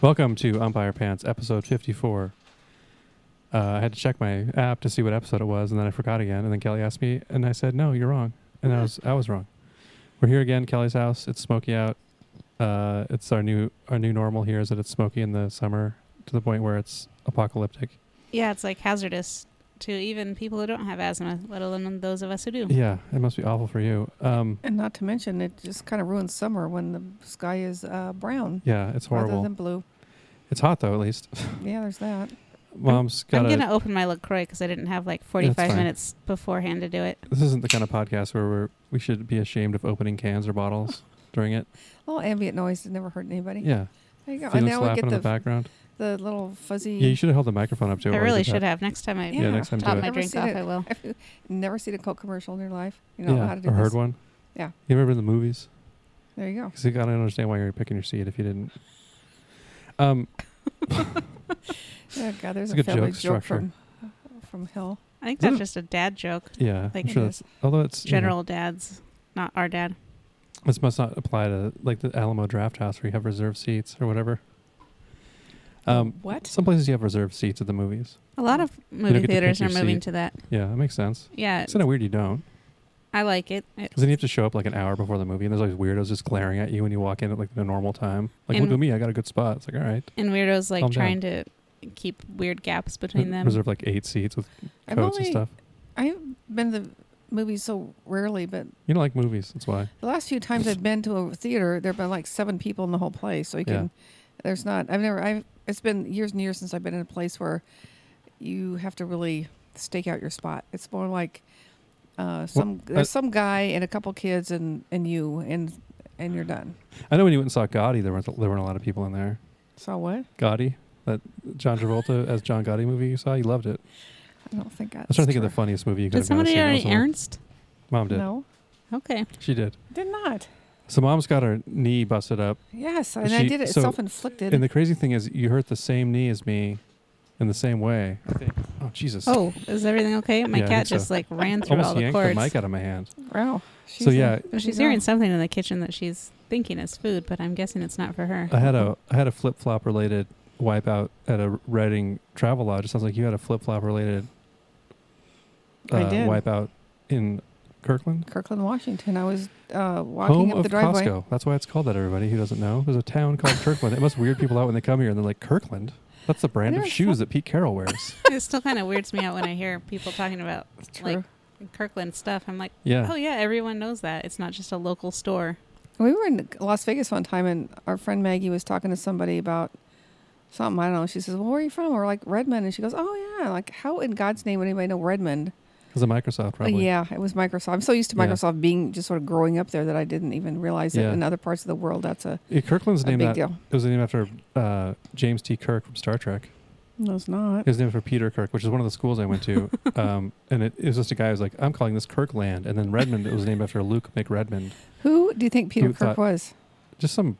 Welcome to Umpire Pants, episode 54. Uh, I had to check my app to see what episode it was, and then I forgot again. And then Kelly asked me, and I said, "No, you're wrong." And I was I was wrong. We're here again, Kelly's house. It's smoky out. Uh, it's our new our new normal here is that it's smoky in the summer to the point where it's apocalyptic. Yeah, it's like hazardous to even people who don't have asthma, let alone those of us who do. Yeah, it must be awful for you. Um, And not to mention, it just kind of ruins summer when the sky is uh, brown yeah, it's rather horrible. than blue. It's hot though, at least. Yeah, there's that. Mom's got I'm a gonna open my Lacroix because I didn't have like That's 45 fine. minutes beforehand to do it. This isn't the kind of podcast where we're, we should be ashamed of opening cans or bottles during it. A little ambient noise that never hurt anybody. Yeah. There you go. and Felix now we laughing get in the the, background. the little fuzzy. Yeah, you should have held the microphone up to it. I while you really did should that. have next time I Yeah. next time top do my it. Ever drink seen off. it? I will. Have you never seen a Coke commercial in your life? You don't know how to do or this. heard one. Yeah. You remember the movies? There you go. Because I don't understand why you're picking your seat if you didn't. Um, Yeah, God, there's It's a a good family joke joke, structure. from uh, from Hill. I think Is it that's a- just a dad joke. yeah, Like I'm sure that's although it's you know, General dads, not our dad. this must not apply to like the Alamo Draft House where you have reserved seats or whatever. Um, what? some places you have reserved seats at the movies. A lot of get movie to theaters pick are your moving seat. to that. Yeah, that makes sense. Yeah, It's kind of weird you don't, I like it. It- because then you have to show up like an hour before the movie, and there's always weirdos just glaring at you when you walk in at like a normal time. Like, look And- at me, I got a good spot. It's like, all right, and weirdos like Calm down. trying to keep weird gaps between them. reserve like eight seats with I've coats and only- stuff. I've been to the movies so rarely, but You don't like movies, that's why. the last few times I've been to a theater, there've been like seven people in the whole place. So you Yeah. can, there's not. I've never. I've. It's been years and years since I've been in a place where you have to really stake out your spot. It's more like uh, some there's some guy and a couple kids and and you and and you're done. I know when you went and saw Gotti, there weren't there weren't a lot of people in there. So what? Gotti, that John Travolta as John Gotti movie you saw, you loved it. I don't think that's. I was trying to think true. of the funniest movie you could did have gone to somebody see. That already was the one- Mom Ernst? did. No, Okay. She did. did not. So mom's got her knee busted up, Yes, and I She- did it so- self-inflicted. and the crazy thing is, you hurt the same knee as me, in the same way. I think. Oh Jesus! Oh, is everything okay? My Yeah, I think cat so. just like ran through all almost the yanked cords. the mic out of my hand. so wow. she's a- yeah, Well, she's Yeah. hearing something in the kitchen that she's thinking is food, but I'm guessing it's not for her. I had a I had a flip flop related wipeout at a Reading travel lodge. It sounds like you had a flip flop related uh, I did. wipeout in Kirkland. Kirkland, Washington. I was uh, walking Home up the of driveway. Costco. That's why it's called that. Everybody who doesn't know, there's a town called Kirkland. It must weird people out when they come here and they're like, "Kirkland, that's the brand of There's shoes that Pete Carroll wears." it still kind of weirds me out when I hear people talking about True. Like- Kirkland stuff. I'm like, Yeah, oh yeah, everyone knows that. It's not just a local store. We were in Las Vegas one time, and our friend Maggie was talking to somebody about something. I don't know. She says, "Well, where are you from?" We're like Redmond, and she goes, "Oh yeah, like how in God's name would anybody know Redmond?" because of Microsoft, Uh, probably. yeah, it was Microsoft. I'm so used to Yeah. Microsoft being just sort of growing up there that I didn't even realize that Yeah. in other parts of the world that's a, Yeah, Kirkland's a big named that. deal. It was named after uh, James T. Kirk from Star Trek. No, it's not. It was named for Peter Kirk, which is one of the schools I went to. um, and it, it was just a guy who was like, "I'm calling this Kirkland," and then Redmond. It was named after Luke McRedmond. Who do you think Peter Who Kirk thought- was? Just some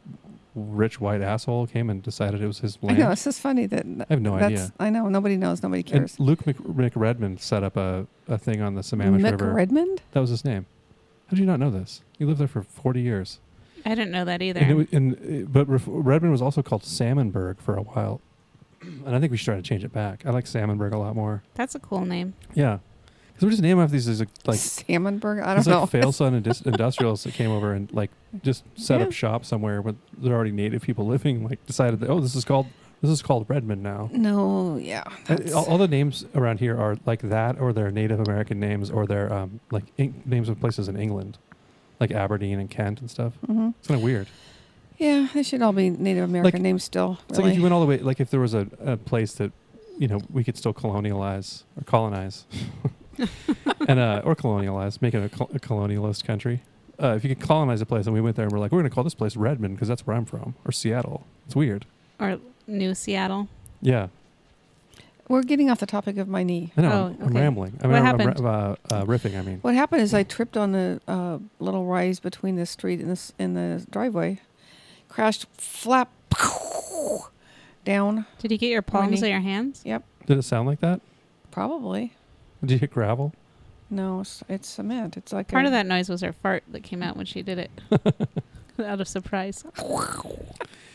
rich white asshole came and decided it was his I land. know. It's just funny that I have no that's. idea. I know. Nobody knows. Nobody And cares. Luke Mc- McRedmond set up a, a thing on the Sammamish Mick River. Redmond. That was his name. How did you not know this? You lived there for 40 years. I didn't know that either. And it, wa- and, uh, but Ref- Redmond was also called Salmonburg for a while. And I think we should try to change it back. I like Salmonburg a lot more. That's a cool name. Yeah. Because we're just naming off these as, like, like Salmonburg. I don't it's know. like fail son and dis- industrials that came over and like just set Yeah. up shop somewhere with there are already native people living. Like decided that oh this is called this is called Redmond now. no. Yeah. Uh, that's- All, all the names around here are like that, or they're Native American names, or they're um, like in- names of places in England, like Aberdeen and Kent and stuff. Mhm. It's kind of weird. Yeah, they should all be Native American Like- names still. It's Really. like if you went all the way, like if there was a, a place that, you know, we could still colonialize or colonize, and uh, or colonialize, make it a, col- a colonialist country. Uh, if you could colonize a place, and we went there and we're like, we're going to call this place Redmond because that's where I'm from, or Seattle. It's weird. Or New Seattle. Yeah, We're getting off the topic of my knee. I know. Oh, I'm, I'm okay. rambling. I mean, What I'm, I'm happened? ra- uh, uh, riffing. I mean, What happened is I tripped on the uh, little rise between the street and this and the driveway, crashed flap pow, down Did you get your palms or your hands? did it sound like that? probably. Did you hit gravel? No, it's, it's cement. It's like Part a- of that noise was her fart that came out when she did it. Out of surprise. No,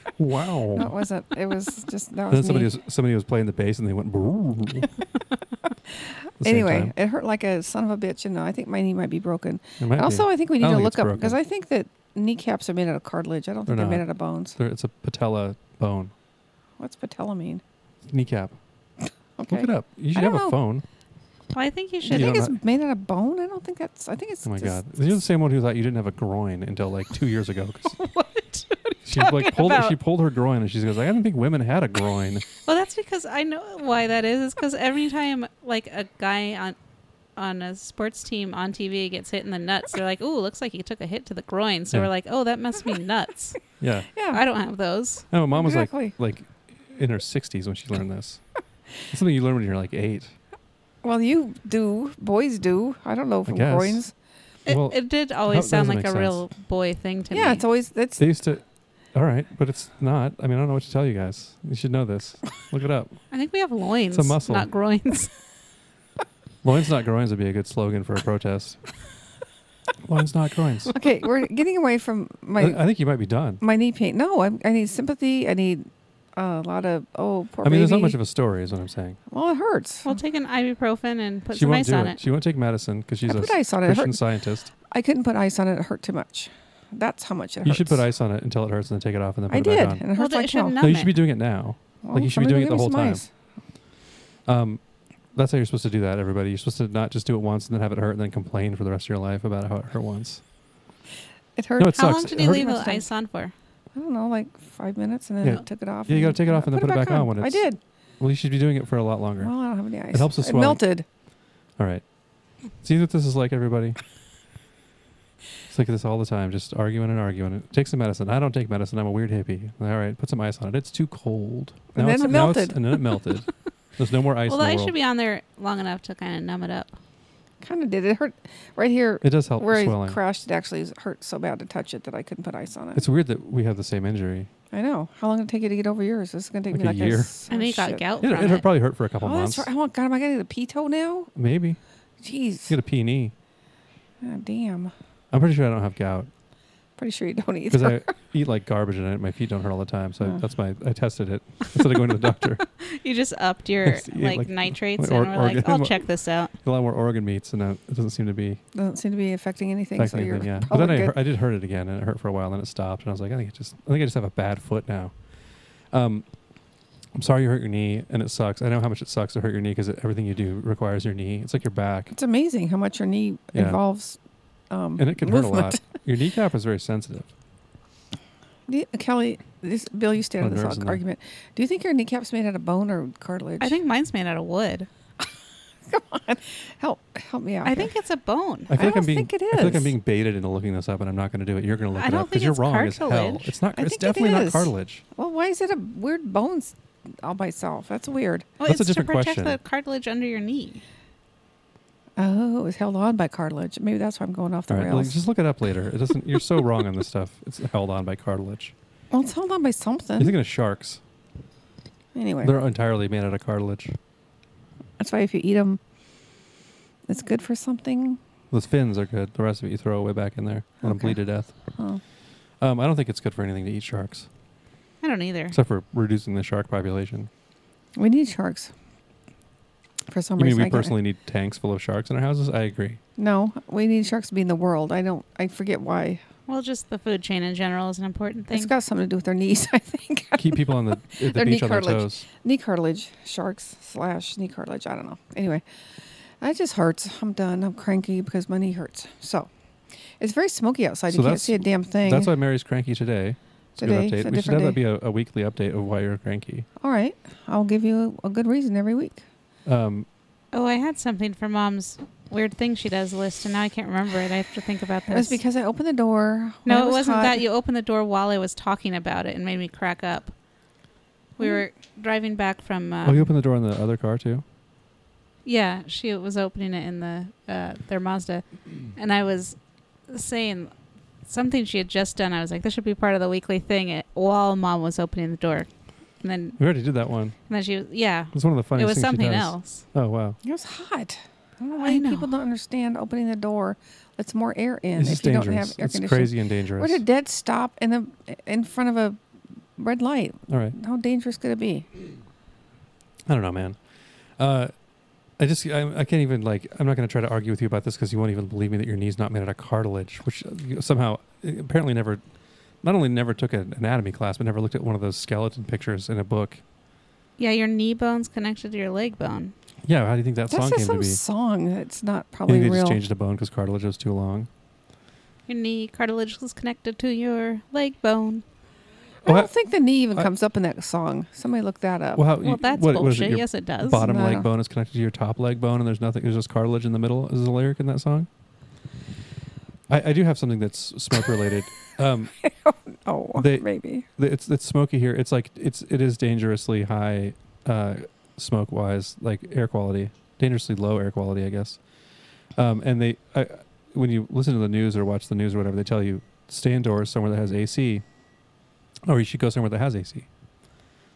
it wow. wasn't. It was just And that then was somebody me. was somebody was playing the bass and they went. "Brrrr." At the same anyway, time. it hurt like a son of a bitch, and I think my knee might be broken. It might be. also, I think we need I to don't think it's look up broken. because I think that kneecaps are made out of cartilage. I don't They're think they're made not. out of bones. There- it's a patella bone, What's patella mean? kneecap. Okay. Look it up. You should don't have a know. phone. Well, I think you I should. You think don't it's made out of bone. I don't think that's. I think it's. Oh my just- god, you're the same one who thought you didn't have a groin until like two years ago. 'cause What? She like talking pulled about? she pulled her groin and she goes like I didn't think women had a groin. Well, that's because I know why that is. Is because every time like a guy on on a sports team on TV gets hit in the nuts, they're like, "Ooh, looks like he took a hit to the groin." So Yeah. we're like, "Oh, that must be nuts." yeah, Yeah. I don't have those. no, mom was Exactly. like like in her 60s when she learned this. It's something you learn when you're like eight. Well, you do. Boys do. I don't know from guess. groins. It, Well, it did how- always that sound doesn't like a make real boy thing to me. Yeah, it's always it's. They used to. All right, but it's not. I mean, I don't know what to tell you guys. You should know this. Look it up. I think we have loins, It's a muscle. not groins. Loins not groins would be a good slogan for a protest. Loins not groins. Okay, we're getting away from my I, I think you might be done. my knee pain. No, I, I need sympathy. I need uh, a lot of oh poor I mean, baby. there's not much of a story, is what I'm saying. well, it hurts. we'll take an ibuprofen and put she some won't ice do on it. it. She won't take medicine because she's I a put ice on it. it Christian hurt. scientist. I couldn't put ice on it. It hurt too much. That's how much it hurts. You should put ice on it until it hurts and then take it off and then put I it did, back on. and it Well, hurts then like it should hell. numb No, you should be doing it now. Well, you should be somebody doing go it the give me whole some time. ice. Um, that's how you're supposed to do that, everybody. You're supposed to not just do it once and then have it hurt and then complain for the rest of your life about how it hurt once. It hurt. No, it How sucks. long did It you hurt- leave Much the time. ice on for? I don't know, like five minutes, and then Yeah. I took it off. Yeah, you gotta take it off and then put it back on when I it's- did. Well, you should be doing it for a lot longer. Well, I don't have any ice. helps the It swelling. melted. All right. See what this is like, everybody. It's like this all the time, just arguing and arguing. Take some medicine. I don't take medicine. I'm a weird hippie. All right, put some ice on it. It's too cold. And then it's, it now it's- melted. and then it melted. There's no more ice well, in the the ice world. should be on there long enough to kind of numb it up. Kind of did. It hurt right here it does help where with I swelling. crashed. It actually hurt so bad to touch it that I couldn't put ice on it. It's weird that we have the same injury. I know. How long did it take you to get over yours? This is gonna take Like me a like year. A, s- I know you got shit. gout It, from it, it. probably hurt for a couple Oh, months. that's right. Oh my god, am I getting the pee toe now? Maybe. Jeez. You get a pee knee. Ah, damn. I'm pretty sure I don't have gout Pretty sure you don't because either. I eat like garbage and I, my feet don't hurt all the time. So Oh. that's my I tested it instead of going to the doctor. You just upped your Yes, you ate, like, like, nitrates, like, or- and we're like, organ- "I'll check this out." A lot more organ meats, and uh, it doesn't seem to be Doesn't seem to be affecting anything. affecting so you're anything. Yeah, but probably then I, good. hurt, I did hurt it again, and it hurt for a while, and then it stopped. And I was like, I think it just I think I just have a bad foot now. Um, I'm sorry you hurt your knee, and it sucks. I know how much it sucks to hurt your knee because everything you do requires your knee. It's like your back, It's amazing how much your knee Yeah. involves. Um, and it can movement. hurt a lot. Your kneecap is very sensitive. Do you- Kelly, this Bill, you stand Oh, on this nerves in arg- there. argument. Do you think your kneecap's made out of bone or cartilage? I think mine's made out of wood. Help, help me out. I here. think it's a bone. I feel like I I'm don't being think it I feel like I'm is. being baited into looking this up, and I'm not going to do it. You're going to look I it don't up because think you're it's wrong as hell. cartilage. It's not. I it's think it definitely not is. cartilage. Well, why is it a weird bones all by itself? That's weird. Well, That's a it's different to protect question. the cartilage under your knee. Oh, it's held on by cartilage. Maybe that's why I'm going off the All right, rails. like, just look it up later. It doesn't. You're so wrong on this stuff. It's held on by cartilage. well, it's held on by something. You're thinking of sharks. anyway, They're entirely made out of cartilage. that's why if you eat them, it's good for something. Those fins are good. The rest of it you throw away back in there. Let them Okay. bleed to death. Oh, Um, I don't think it's good for anything to eat sharks, I don't either. except for reducing the shark population. we need sharks. For some You mean reason, we I can't- personally need tanks full of sharks in our houses? I agree. no, we need sharks to be in the world. I don't. I forget why. Well, just the food chain in general is an important thing. It's got something to do with their knees. I think Keep people on the, at the Their knee beach on their cartilage. toes. knee cartilage, sharks slash knee cartilage. I don't know. Anyway, it just hurts. I'm done. I'm cranky because my knee hurts. So it's very smoky outside. So you can't that's- see a damn thing. That's why Mary's cranky today. It's a Today, good it's a update. We should different have that day. be a, a weekly update of why you're cranky. All right, I'll give you a good reason every week. Um, oh, I had something for mom's weird thing she does list, and now I can't remember it. I have to think about It this. was because I opened the door. when no, it was wasn't hot. that. You opened the door while I was talking about it and made me crack up. We Hmm. were driving back from. Uh, oh, Um, you opened the door on the other car too. Yeah, she was opening it in the uh, their Mazda, and I was saying something she had just done. I was like, "This should be part of the weekly thing." It, while mom was opening the door, and then We already did that one. and then she was yeah, It's one of the it funniest was things she something does. else. Oh wow! It was hot. I don't know I why know. people don't understand opening the door. lets more air in It's if just you dangerous. don't have air it's conditioning. crazy and dangerous. What a dead stop in the in front of a red light. All right. How dangerous could it be? I don't know, man. Uh, I just I, I can't even like I'm not going to try to argue with you about this because you won't even believe me that your knee's not made out of cartilage, which uh, you- somehow uh, apparently never, not only never took an anatomy class, but never looked at one of those skeleton pictures in a book. Yeah, your knee bone's connected to your leg bone. Yeah, how do you think that That's song came to just some be? song. That's not You think probably they real. just changed a bone because cartilage was too long? Your knee cartilage is connected to your leg bone. I Well, don't think the knee even I- comes up in that song. Somebody look that up. how, Well, that's what, what is bullshit. it, your yes, it does. bottom No. leg bone is connected to your top leg bone, and there's nothing. There's just cartilage in the middle. Is the lyric in that song? I, I do have something that's smoke related. um, oh, they- maybe. th- it's it's smoky here. It's like it's it is dangerously high, uh, smoke wise, like air quality, dangerously low air quality, I guess. Um, and they, I, when you listen to the news or watch the news or whatever, they tell you stay indoors somewhere that has AC, or you should go somewhere that has AC.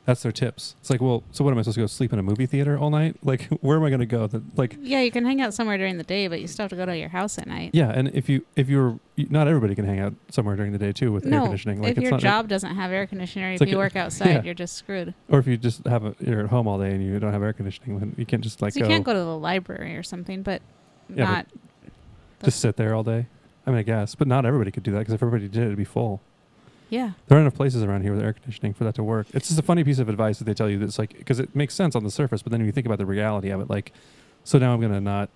That's their tips. It's like, well, so what am I supposed to go sleep in a movie theater all night? Like, where am I going to go? That like Yeah, you can hang out somewhere during the day, but you still have to go to your house at night. yeah, and if you if you're you- not everybody can hang out somewhere during the day too with air no, conditioning. Like if your not job doesn't have air conditioning, or if like you a- work outside, yeah. you're just screwed. or if you just have a, you're at home all day and you don't have air conditioning, then you can't just like uh, so you can't go to the library or something, but Yeah, not. just sit there all day. I mean, I guess, but not everybody could do that because if everybody did, it'd be full. yeah, There aren't enough places around here with air conditioning for that to work. It's just a funny piece of advice that they tell you that's like because it makes sense on the surface, but then when you think about the reality of it, like, so now I'm gonna not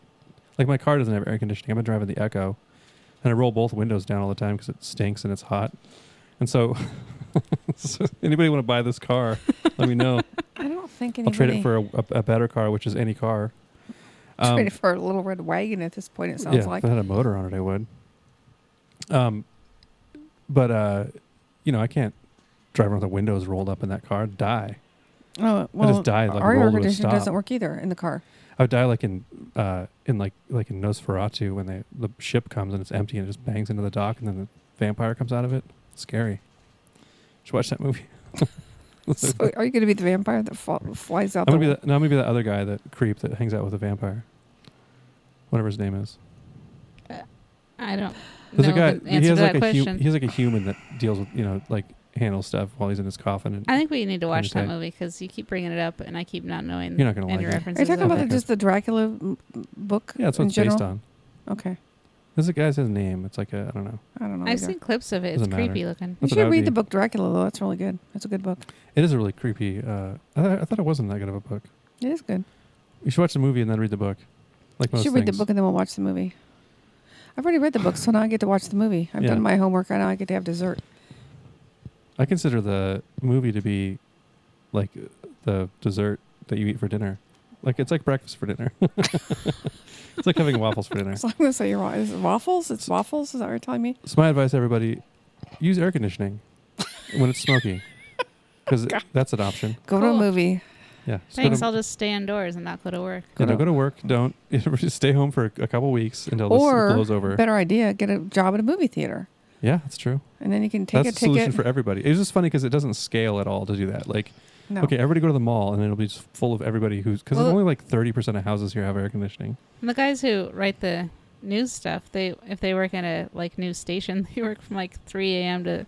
like my car doesn't have air conditioning. I've been driving the Echo, and I roll both windows down all the time because it stinks and it's hot. And so, so anybody want to buy this car? Let me know. I don't think I'll anybody. trade it for a, a, a better car, which is any car. Um, trade it for a little red wagon at this point. It sounds yeah, like. Oh, if it had a motor on it, I would. Um, but uh, you know, I can't drive around with the windows rolled up in that car. I'd Die. Oh well, I just die like our air roll to a conditioner stop. doesn't work either in the car. I would die like in uh, in like like in Nosferatu when they the ship comes and it's empty and it just bangs into the dock and then the vampire comes out of it. scary. Should watch that movie. So are you going to be the vampire that fa- flies out? I'm the gonna be the, no, I'm gonna be the other guy that creep that hangs out with a vampire. Whatever his name is. I don't. There's know a guy. the He answer has to like that a question. hu- he's like a human that deals with you know like handles stuff while he's in his coffin. And I think we need to watch that Understand. movie because you keep bringing it up, and I keep not knowing You're not gonna like any it. Are you references. talking about of the, it. just the Dracula m- m- book? yeah, that's in what it's general? based on. Okay, There's a guy's his name. It's like a I don't know. I don't know. I've either. seen clips of it. It's Doesn't matter. creepy looking. You That's what I should would read be. the book Dracula though. That's really good. That's a good book. It is a really creepy. Uh, I, th- I thought it wasn't that good of a book. It is good. You should watch the movie and then read the book. Like You most should read the things. book and then we'll watch the movie. I've already read the book, so now I get to watch the movie. I've Yeah. done my homework. I now I get to have dessert. I consider the movie to be like the dessert that you eat for dinner. Like it's like breakfast for dinner. it's like having waffles for dinner. So I'm going to say you're wrong. Is it waffles? It's waffles? Is that what you're telling me? So my advice, to everybody, use air conditioning when it's smoky, because that's an option. Go to a Cool. movie. Yeah. just go Thanks. to- I'll just stay indoors and not go to work. Yeah, Go don't to- go to work. Don't just stay home for a, a couple weeks until Or this blows over. Better idea, get a job at a movie theater. yeah, that's true. And then you can take that's a the solution ticket. for everybody. It's just funny because it doesn't scale at all to do that. Like, no. okay, everybody go to the mall, and then it'll be just full of everybody who's because Well- only like thirty percent of houses here have air conditioning. And the guys who write the news stuff, they if they work at a like news station, they work from like 3 a.m. to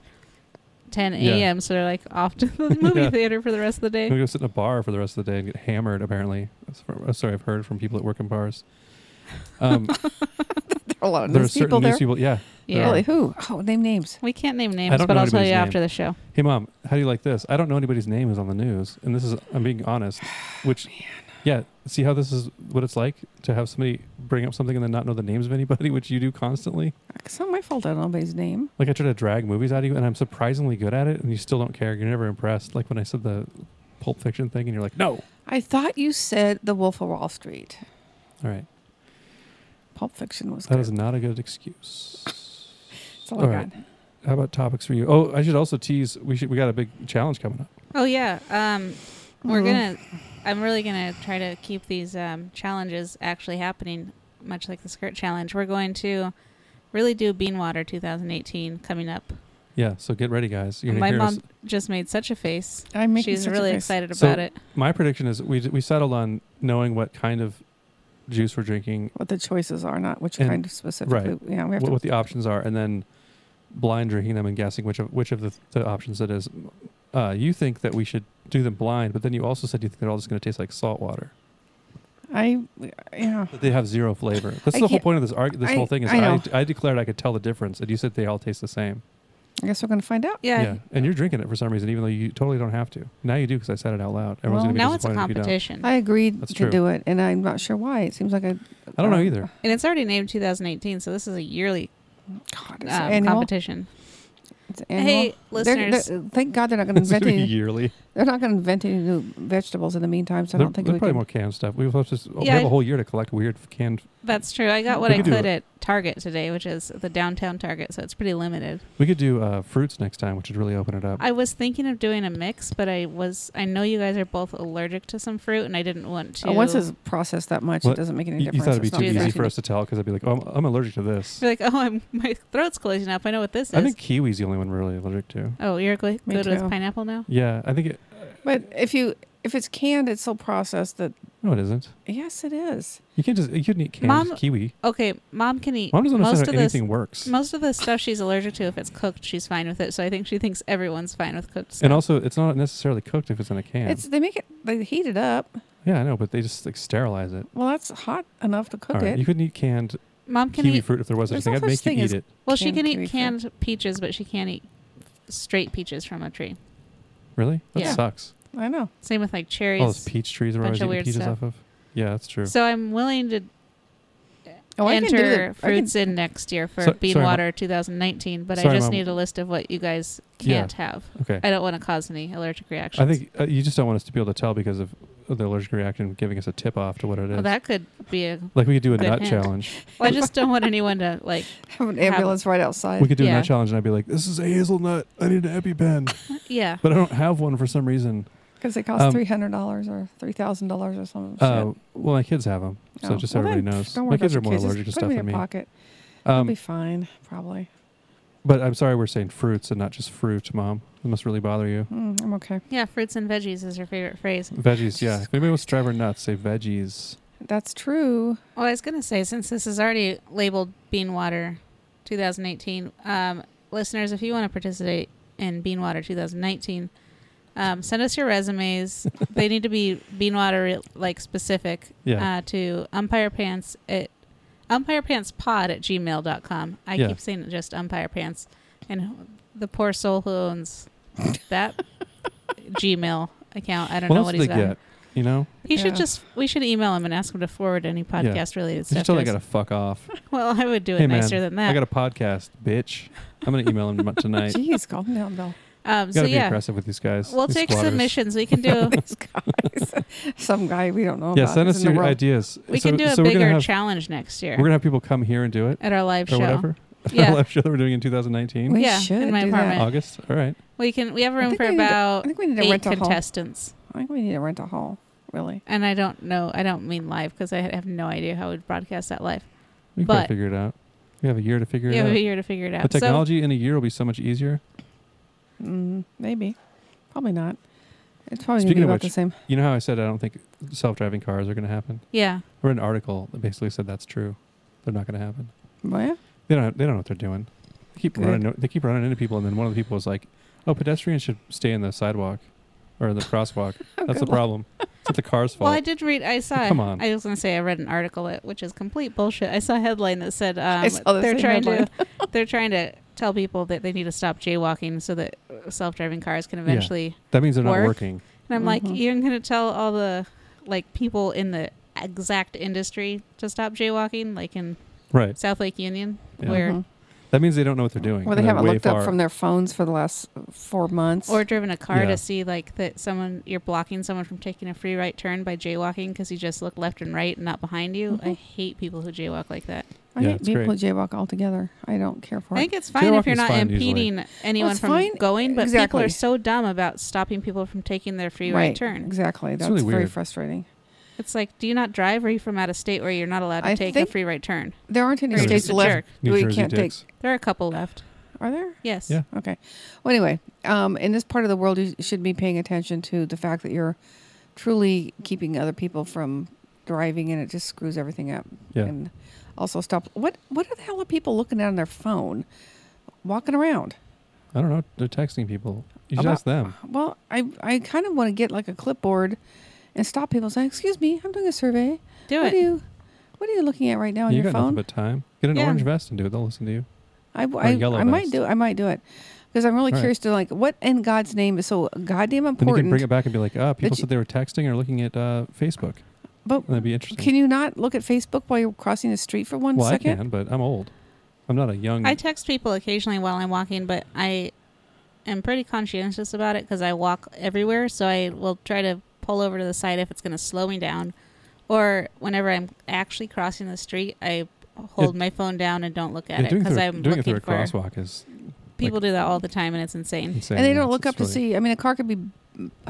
10 Yeah. a.m. So they're like off to the movie Yeah. theater for the rest of the And day. we go sit in a bar for the rest of the day and get hammered. Apparently, that's from, uh, sorry, I've heard from people that work in bars. Um, There are a lot of there are news certain people news there. people. Yeah. there Yeah. are. Really? Who? Oh, name names. We can't name I names, don't but know I'll tell you anybody's after the show. Hey, mom, how do you like this? I don't know anybody's name who's on the news, and this is I'm being honest. Which, yeah, see how this is what it's like to have somebody bring up something and then not know the names of anybody, which you do constantly. It's not my fault I don't know anybody's name. Like I try to drag movies out of you, and I'm surprisingly good at it, and you still don't care. You're never impressed. Like when I said the Pulp Fiction thing, and you're like, no, I thought you said The Wolf of Wall Street. all right, Pulp Fiction was that good. is not a good excuse. That's all I all right. got. How about topics for you? Oh, I should also tease. We should. We got a big challenge coming up. Oh yeah, um, we're Mhm. gonna. I'm really gonna try to keep these um, challenges actually happening, much like the skirt challenge. We're going to really do Bean Water 2018 coming up. Yeah, so get ready, guys. You're gonna My hear mom us. just made such a face. I'm making She's such a really face. excited So- about it. My prediction is we d- we settled on knowing what kind of juice we're drinking, What the choices are, not which And- kind of specifically. Yeah, we have what, to what the options are, and then blind drinking them and guessing which of which of the, the options it is. uh, you think that we should do them blind, but then you also said you think they're all just going to taste like salt water. I yeah. That they have zero flavor. That's the I whole can't- point of this arg- this I- whole thing is I I, know. I, declared I could tell the difference, and you said they all taste the same. I guess we're gonna find out. Yeah. and you're drinking it for some reason, even though you totally don't have to. Now you do because I said it out loud. Everyone's Well, going to be Now it's a disappointed if you don't. competition. I agreed That's to true. do it, and I'm not sure why. It seems like a. uh, I don't know either. and it's already named 2018, so this is a yearly um, God, it's annual. competition. It's annual. Hey, They're- they're- listeners. thank God they're not going to It's invent gonna be any. yearly. They're not going to invent any new vegetables in the meantime. So I There- don't think there's we probably can. more canned stuff. We have, just, we Yeah, have a I- whole year to collect weird canned. That's true. I got We what I could do could it. at Target today, which is the downtown Target, so it's pretty limited. We could do uh, fruits next time, which would really open it up. I was thinking of doing a mix, but I was I know you guys are both allergic to some fruit, and I didn't want Oh, to. Uh, once it's processed that much, What? it doesn't make any you, difference. you thought it'd be It's too not easy fresh. for us to tell because I'd be like, oh, I'm, I'm allergic to this. you're like, oh, I'm, my throat's closing up. I know what this I is. think kiwi's the only one we're really allergic to. oh, you're gl- Me good with too. pineapple now. Yeah, I think it. But if you if it's canned, it's so processed that No, it isn't. yes, it is. You can't just you couldn't eat canned Mom- kiwi. Okay, mom can eat Mom doesn't most understand of how this. anything works. Most of the stuff she's allergic to, if it's cooked, she's fine with it. So I think she thinks everyone's fine with cooked stuff. And also, it's not necessarily cooked if it's in a can. It's they make it they heat it up. yeah, I know, but they just like sterilize it. Well, that's hot enough to cook All right, it. you couldn't eat canned Mom can kiwi eat fruit if there was such a There's thing. no I'd such make you thing eat as- it. well. She canned can kiwi eat fruit. canned peaches, but she can't eat straight peaches from a tree. Really? That Yeah. sucks. I know. Same with like All those cherries. Oh, peach trees are always bunch of eating weird peaches stuff. off of. Yeah, that's true. So I'm willing to Oh, I can do enter that. I can- fruits in next year for So- Bean sorry, Mom. Water 2019, but I Sorry, just Mom. need a list of what you guys Yeah. can't have. okay. I don't want to cause any allergic reactions. I think uh, you just don't want us to be able to tell because of the allergic reaction giving us a tip off to what it is. well, Oh, that could be a. like we could do a Good nut hint. challenge. Well, I just don't want anyone to like. have an ambulance right outside. We could do a Yeah. nut challenge, and I'd be like, "This is a hazelnut. I need an EpiPen, Yeah. but I don't have one for some reason." Because it costs Um, three hundred dollars or three thousand dollars or something. Uh, well, my kids have them, so Oh. just so Well, everybody then, knows. Don't worry My kids about are more your allergic to Just stuff put 'em than in me. your pocket. It'll be Um, fine, probably. but I'm sorry, we're saying fruits and not just fruit, Mom. It must really bother you. Mm, I'm okay. Yeah, fruits and veggies is her favorite phrase. Veggies, yeah. If anybody wants to try our nuts, say veggies. That's true. Well, I was going to say, since this is already labeled Bean Water 2018, um, listeners, if you want to participate in Bean Water 2019, um, send us your resumes. they need to be Bean Water like specific Yeah. uh, to umpirepants at umpirepantspod at gmail.com. I Yeah. keep saying it just umpirepants. And the poor soul who owns that Gmail account, I don't what know else what do he's they got. get? You know, He should Yeah. just. We should email him and ask him to forward any podcast related you stuff. totally to gotta us. fuck off. Well, I would do it Hey, man, nicer than that. I got a podcast, bitch. I'm gonna email them tonight. You Jeez, calm down, Bill. um, so gotta be yeah, aggressive with these guys. we'll these take squatters. submissions. We can do. These guys. Some guy we don't know Yeah, about. send is us in the your world. ideas. We So- can do a so we're gonna bigger have- challenge next year We're gonna have people come here and do it at our live or show. whatever. Yeah. Our live show that we're doing in 2019, We yeah, should in my do that. apartment. August. All right. We can. We have I room think for we need to- I about think we need to eight rent a hall. contestants, I think we need to rent a hall. Really. and I don't know. I don't mean live because I have no idea how we'd broadcast that live. We can But- probably figure it out. We have a year to figure Yeah, we it have out. a year to figure it The out. So technology in a year will be so much easier. Mm, maybe. Probably not. It's probably Speaking gonna be of about the which- same. You know how I said I don't think self-driving cars are going to happen. yeah, I read an article that basically said that's true. They're not going to happen. Well, yeah. They don't. They don't know what they're doing. They keep Good. running. They keep running into people, and then one of the people was like, "Oh, pedestrians should stay in the sidewalk or the crosswalk. that's good the luck. problem. It's not the car's fault." Well, I did read. I saw. Come on. I was going to say I read an article that, which is complete bullshit. I saw a headline that said um, saw the they're same trying to they're trying to tell people that they need to stop jaywalking so that self driving cars can eventually. that means they're not Work. working. And I'm like, Mhm. you're going to tell all the like people in the exact industry to stop jaywalking, like in Right. South Lake Union, Yeah. where Mhm. That means they don't know what they're doing. Well, they and they're haven't way looked up far- from their phones for the last uh, four months. or driven a car Yeah. to see like that someone you're blocking someone from taking a free right turn by jaywalking because you just look left and right and not behind you. I Mhm. hate people who jaywalk like that. I Yeah, hate it's great. people who jaywalk altogether. I don't care for I it. think it's fine if Jaywalking you're is not fine usually. impeding anyone it's from fine. going, but people are Exactly. so dumb about stopping people from taking their free right, turn. Exactly. That's really very weird. frustrating. It's like, do you not drive? Or are you from out of state where you're not allowed to I take a think- free right turn? There aren't any Or you're States states just a left. jerk. New we Jersey can't take- dicks. There are a couple left. Are there? Yes. Yeah. Well, anyway, um, in this part of the world, you should be paying attention to the fact that you're truly keeping other people from driving, and it just screws everything up. Yeah. And also stop. What What the hell are people looking at on their phone, walking around? I don't know. They're texting people. You should About- ask them. Well, I I kind of want to get like a clipboard and stop people saying, "Excuse me, I'm doing a survey. Do it. what are you What are you looking at right now on you your got nothing phone?" but time. Get an Yeah. orange vest and do it. They'll listen to you. I, I, yellow I might vest. do I might do it because I'm really All right. curious to like what in God's name is so goddamn Then you can important. bring it back and be like, "Ah, people you- said they were texting or looking at uh, Facebook." but That'd be interesting. can you not look at Facebook while you're crossing the street for one second? well, I can, but I'm old. I'm not a young. I text people occasionally while I'm walking, but I am pretty conscientious about it because I walk everywhere. So I will try to pull over to the side if it's going to slow me down, or whenever I'm actually crossing the street, I hold my phone down and don't look at yeah, it doing because through, I'm doing it looking through a for crosswalk Mm. is people do that all the time and it's insane. insane. and they It's- don't look it's up to really- see. I mean, a car could be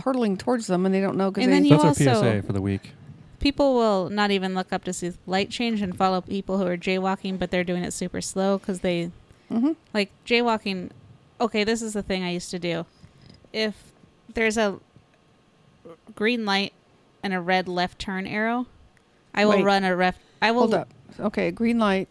hurtling towards them, and they don't know because And then they. you That's our also- PSA for the week. People will not even look up to see light change and follow people who are jaywalking, but they're doing it super slow because they Mhm. like jaywalking okay this is the thing i used to do if there's a green light and a red left turn arrow i will Wait. run a ref i will Hold up. Okay, green light.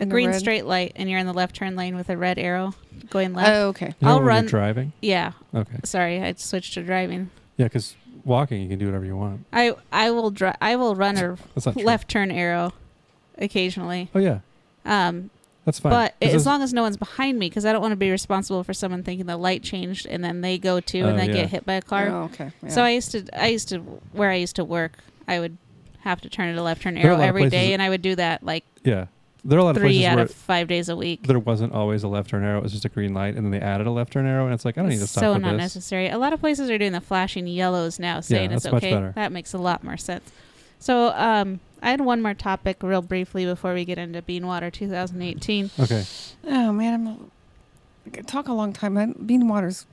And the green red. straight light and you're in the left turn lane with a red arrow going left Oh, okay. You know I'll when you're run- driving. yeah Okay. sorry i switched to driving Yeah, because walking you can do whatever you want. i i will dri- i will run a That's not true. left turn arrow occasionally Oh yeah, um that's fine. but This as is- long as no one's behind me because i don't want to be responsible for someone thinking the light changed and then they go too Oh, and then yeah. get hit by a car Oh, okay. yeah. So I used to, I used to, where I used to work, I would have to turn it a left turn There are a arrow lot of every places- day, and I would do that like yeah, there are a lot of three places out where of five days a week. there wasn't always a left turn arrow. It was just a green light, and then they added a left turn arrow, and it's like I don't need to It's stop so for not this. necessary. A lot of places are doing the flashing yellows now, saying it's that's much okay. better. That makes a lot more sense. So um, I had one more topic, real briefly, before we get into Bean Water 2018. Okay, Oh man, I'm I could talk a long time. I, bean water's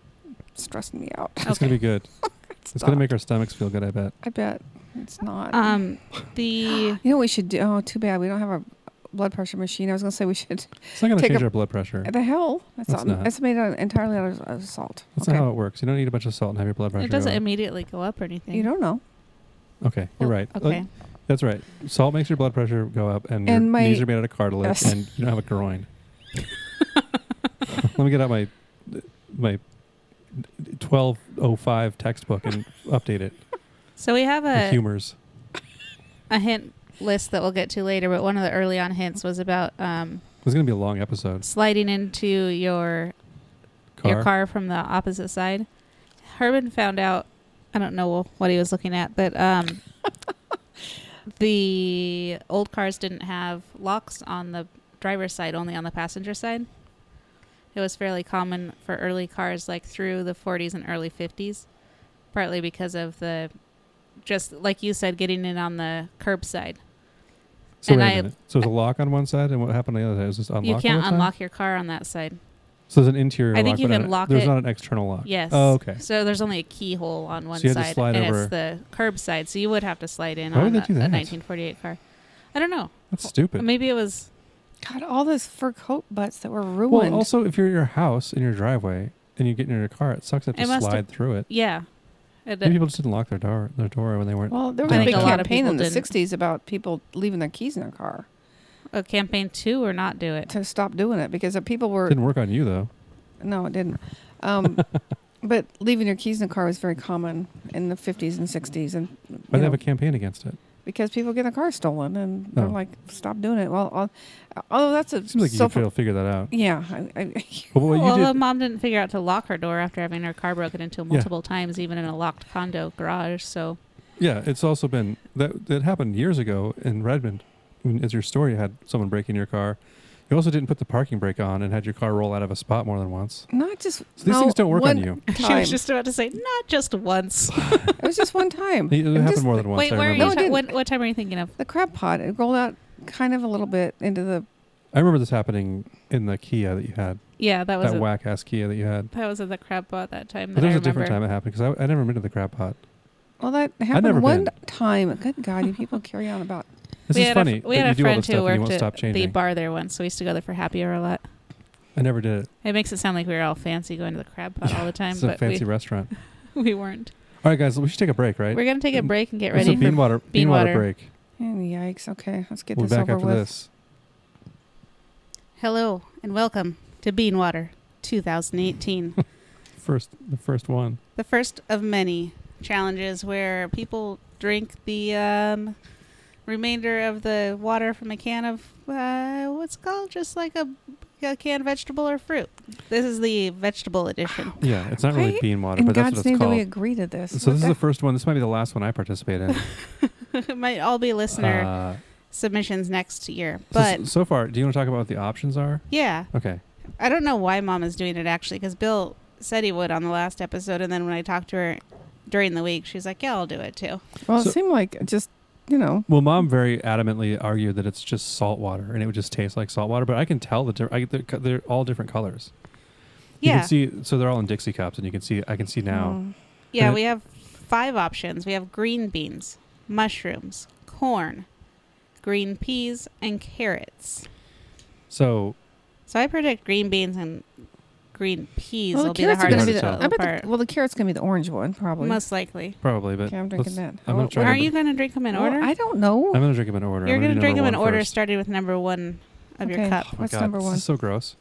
stressing me out. it's gonna be good. It's, It's gonna not. make our stomachs feel good. I bet. I bet it's not. Um, the you know what we should do? Oh, too bad we don't have a blood pressure machine. I was gonna say we should. It's not gonna Take a- change our blood pressure. The hell? That's, That's not, not. that's made out, entirely out of, of salt. That's okay. not how it works. You don't need a bunch of salt and have your blood pressure. it doesn't go up. immediately go up or anything. you don't know. Okay, you're Well, right. Uh, Oh, Okay. that's right. Salt makes your blood pressure go up, and, And your my- knees are made out of cartilage, Yes. and you don't have a groin. Let me get out my my 1205 textbook and update it. So we have The a humors. a hint list that we'll get to later, but one of the early on hints was about um, It's gonna be a long episode. sliding into your Car. your car from the opposite side. Herman found out. I don't know what he was looking at, but um, the old cars didn't have locks on the driver's side, only on the passenger side. It was fairly common for early cars, like through the 40s and early 50s, partly because of the, just like you said, getting in on the curbside. So and wait a I- minute. So it's a lock on one side, and what happened on the other side? It was just unlock. You all can't the time? unlock your car on that side. So there's an interior. I think lock, you but can not- lock There's it. not an external lock. Yes. Oh, okay. So there's only a keyhole on one you had to side, slide and over- it's the curb side. So you would have to slide in Why would on they a, do a that? 1948 car. I don't know. That's stupid. Maybe it was. God, all those fur coat butts that were ruined. well, also if you're at your house in your driveway and you get in your car, it sucks to have It to must have- slide through it. Yeah. It- Maybe people just didn't lock their door their door when they weren't. Well, there I was a think big a lot of campaign people in the didn't. 60s about people leaving their keys in their car a campaign two or not do it. to stop doing it because the people were. didn't work on you though. No, it didn't. Um, but leaving your keys in the car was very common in the 50s and 60s. and you Why they have know, a campaign against it? Because people get their car stolen and they're Oh. like, stop doing it. Well, all, although that's a. It seems like you self- could figure that out. Yeah. I, I, But what well, um, you although did, mom didn't figure out to lock her door after having her car broken into multiple times, even in a locked condo garage. So yeah, it's also been that that happened years ago in Redmond. When as your story had someone break in your car, you also didn't put the parking brake on and had your car roll out of a spot more than once. not just. So these no, things don't work one on you. she Time. was just about to say, not just once. It was just one time. It, it I'm happened just- more than once. Wait, I where are remember. you? No, it ta- didn't. what, what time are you thinking of? The crab pot, it rolled out kind of a little bit into the. I remember this happening in the Kia that you had, Yeah, that was that a, whack ass Kia that you had. that was at the crab pot that time. But That I there's a remember. different time it happened because I, I never been to the crab pot. Well, that happened never one been. time. Good God, you people carry on about. This we is had funny. A, we that had you a do all friend this stuff and you who worked won't at stop the changing. bar there once, so we used to go there for happy hour a lot. I never did it. It makes it sound like we were all fancy going to the crab pot all the time, It's a but fancy we, restaurant. we weren't. All right, guys, we should take a break, right? We're gonna take a Mm. break and get It's a ready bean for. water, bean, bean water water. break. And yikes. Okay, let's get we'll be this back over after with. this. Hello and welcome to Bean Water 2018. First, the first one. the first of many challenges where people drink the um, remainder of the water from a can of uh, what's it called just like a, a canned vegetable or fruit. This is the vegetable edition. Yeah, it's not really Why bean water, In but that's God's what name, it's do called. we agree to this? so What this is the- the first one. This might be the last one I participate in. it might all be listener Uh, submissions next year, so s- but. so far, do you want to talk about what the options are? yeah, Okay. I don't know why mom is doing it actually, because Bill said he would on the last episode, and then when I talked to her during the week, she's like, "Yeah, I'll do it too." well, so- it seemed like just you know. Well, mom very adamantly argued that it's just salt water and it would just taste like salt water, but I can tell the difference. They're, co- they're all different colors. You Yeah, can see, so they're all in Dixie cups, and you can see, I can see now. Mm. yeah, and it- we have five options. We have green beans, mushrooms, corn, green peas, and carrots. So So I predict green beans and green peas Well, the will be the carrots are gonna hardest be to the- pull I I bet apart. the, well, the carrot's gonna be the orange one probably. Most likely. probably, but okay, I'm let's- drinking that. I'm gonna How- try what- to- Are you going to drink them in well, order? I don't know. I'm gonna drink them in order. You're going to drink them in order, First. starting with number one of your Okay. cup. Oh my What's God, number this one? is so gross.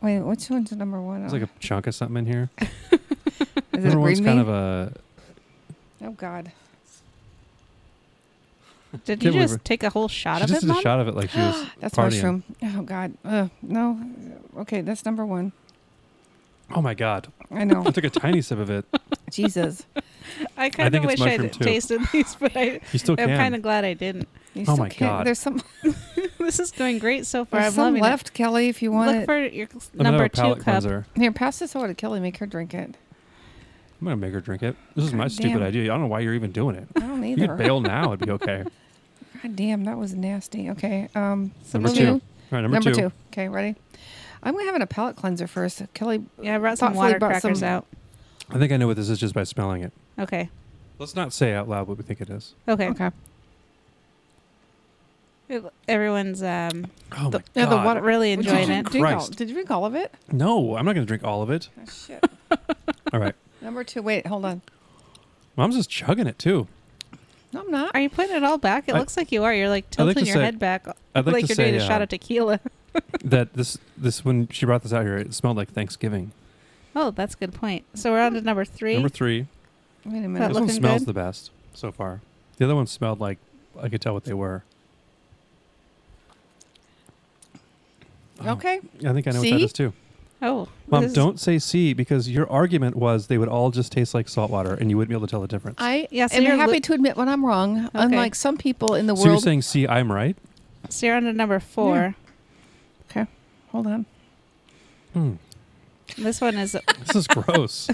Wait, which one's the number one? There's like a chunk of something in here. is it number one's green kind bean? of a. oh God. Did Can't you believe just her. take a whole shot She of just it, did a Mom? shot of it like she was. That's Partying. mushroom. Oh God. Uh, no. Okay, that's number one. Oh my god! I know. I took a tiny sip of it. Jesus. I kind of think it's wish I mushroom, did too. tasted these, but I, You still I'm can. kind of glad I didn't. You Oh still my can't- God. There's some. this is going great so far. There's I'm some loving left, Kelly. If you it. want Look it. for your c- I'm gonna have number a two palate cup. cleanser. Here, pass this over to Kelly. Make her drink it. I'm gonna make her drink it. This is my God stupid damn. idea. I don't know why you're even doing it. I don't You could either. bail now; it'd be okay. All God damn, that was nasty. Okay. Um, So Number we'll two. do- right, number, number, two. Okay, ready? I'm having a palate cleanser first. Kelly, Yeah, I brought some Thoughtfully water brought crackers some- out. I think I know what this is just by smelling it. Okay. Let's not say out loud what we think it is. Okay. okay. It- Everyone's um, Oh The- my yeah, the god! water- really Did enjoying you, it. Jesus drink all, Christ. did you drink all of it? No, I'm not gonna drink all of it. Oh, shit. All right, Number two. Wait, hold on. mom's just chugging it too. No, I'm not. Are you putting it all back? It I- looks like you are. You're like I'd like tilting to your say- head back, I'd like, like to you're say doing a uh, shot of tequila. that this this when she brought this out here, it smelled like Thanksgiving. Oh, that's a good point. So we're on to number three. Number three. Wait a This That minute. one looking smells good? the best so far. The other one smelled like I could tell what they were. Oh, Okay. I think I know what See? that is too. oh, Mom, this is- don't say C because your argument was they would all just taste like salt water and you wouldn't be able to tell the difference. I Yeah, so am you're happy lo- to admit when I'm wrong. Unlike some people in the so you're world. saying C, I'm right? So you're on to number four. hold on. Hmm. This one is This is gross.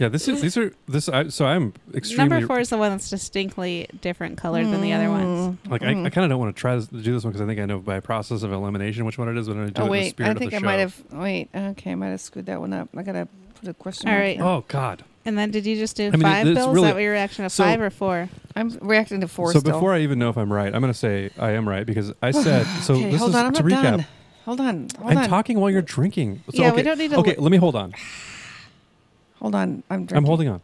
yeah, this is these are this. I, so I'm extremely number four is the one that's distinctly different colored than the other ones. Mm, like mm. I, I kind of don't want to try this, do this one because I think I know by process of elimination which one it is. But I'm gonna do it Oh in the wait, spirit I of think the I show. might have. Wait, okay, I might have screwed that one up. I gotta put a question. All mark right. here. Oh God. And then did you just do mean, five it's bills? Is really- that what your reaction of so- five or four? I'm reacting to four so still. before I even know if I'm right, I'm going to say I am right because I said so. okay, this hold is on, I'm to not recap. done. Hold on, hold I'm on, talking while you're drinking. So, yeah, okay, we don't need to. Okay, li- let me hold on. hold on. I'm drinking. I'm holding on.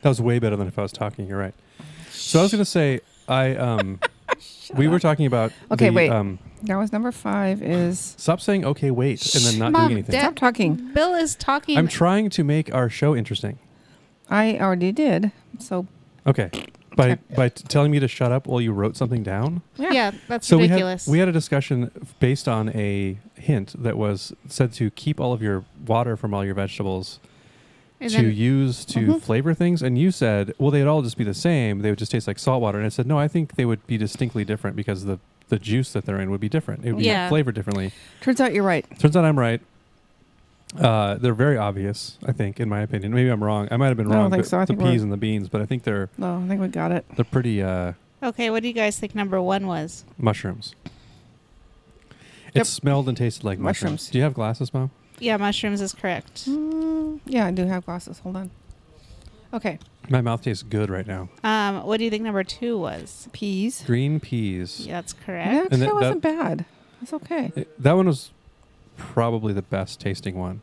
That was way better than if I was talking. You're right. So I was going to say I um Shut we were up. talking about Okay, the, wait. um That was number five. Is stop saying okay wait and then not Mom, doing anything. Dad- stop talking. Bill is talking. I'm trying to make our show interesting. I already did. So Okay. By by t- telling me to shut up while you wrote something down. yeah. yeah, that's so ridiculous. We had, we had a discussion based on a hint that was said to keep all of your water from all your vegetables And to then- use to Mhm. flavor things. And you said, well, they'd all just be the same. They would just taste like salt water. And I said, no, I think they would be distinctly different because the the juice that they're in would be different. It would Yeah. be flavored differently. turns out you're right. Turns out I'm right. Uh, they're very obvious, I think, in my opinion. Maybe I'm wrong. I might have been I don't wrong. think but so. I the think we're- peas and the beans, but I think they're No, I think we got it. they're pretty uh, okay, what do you guys think number one was? mushrooms. It Yep. smelled and tasted like mushrooms. Mushrooms. Do you have glasses, Mom? Yeah, mushrooms is correct. Mm, yeah, I do have glasses. Hold on. Okay, My mouth tastes good right now. Um, what do you think number two was? peas. Green peas. Yeah, that's Yeah, correct. And that that- wasn't bad. That's okay. It- that one was probably the best tasting one.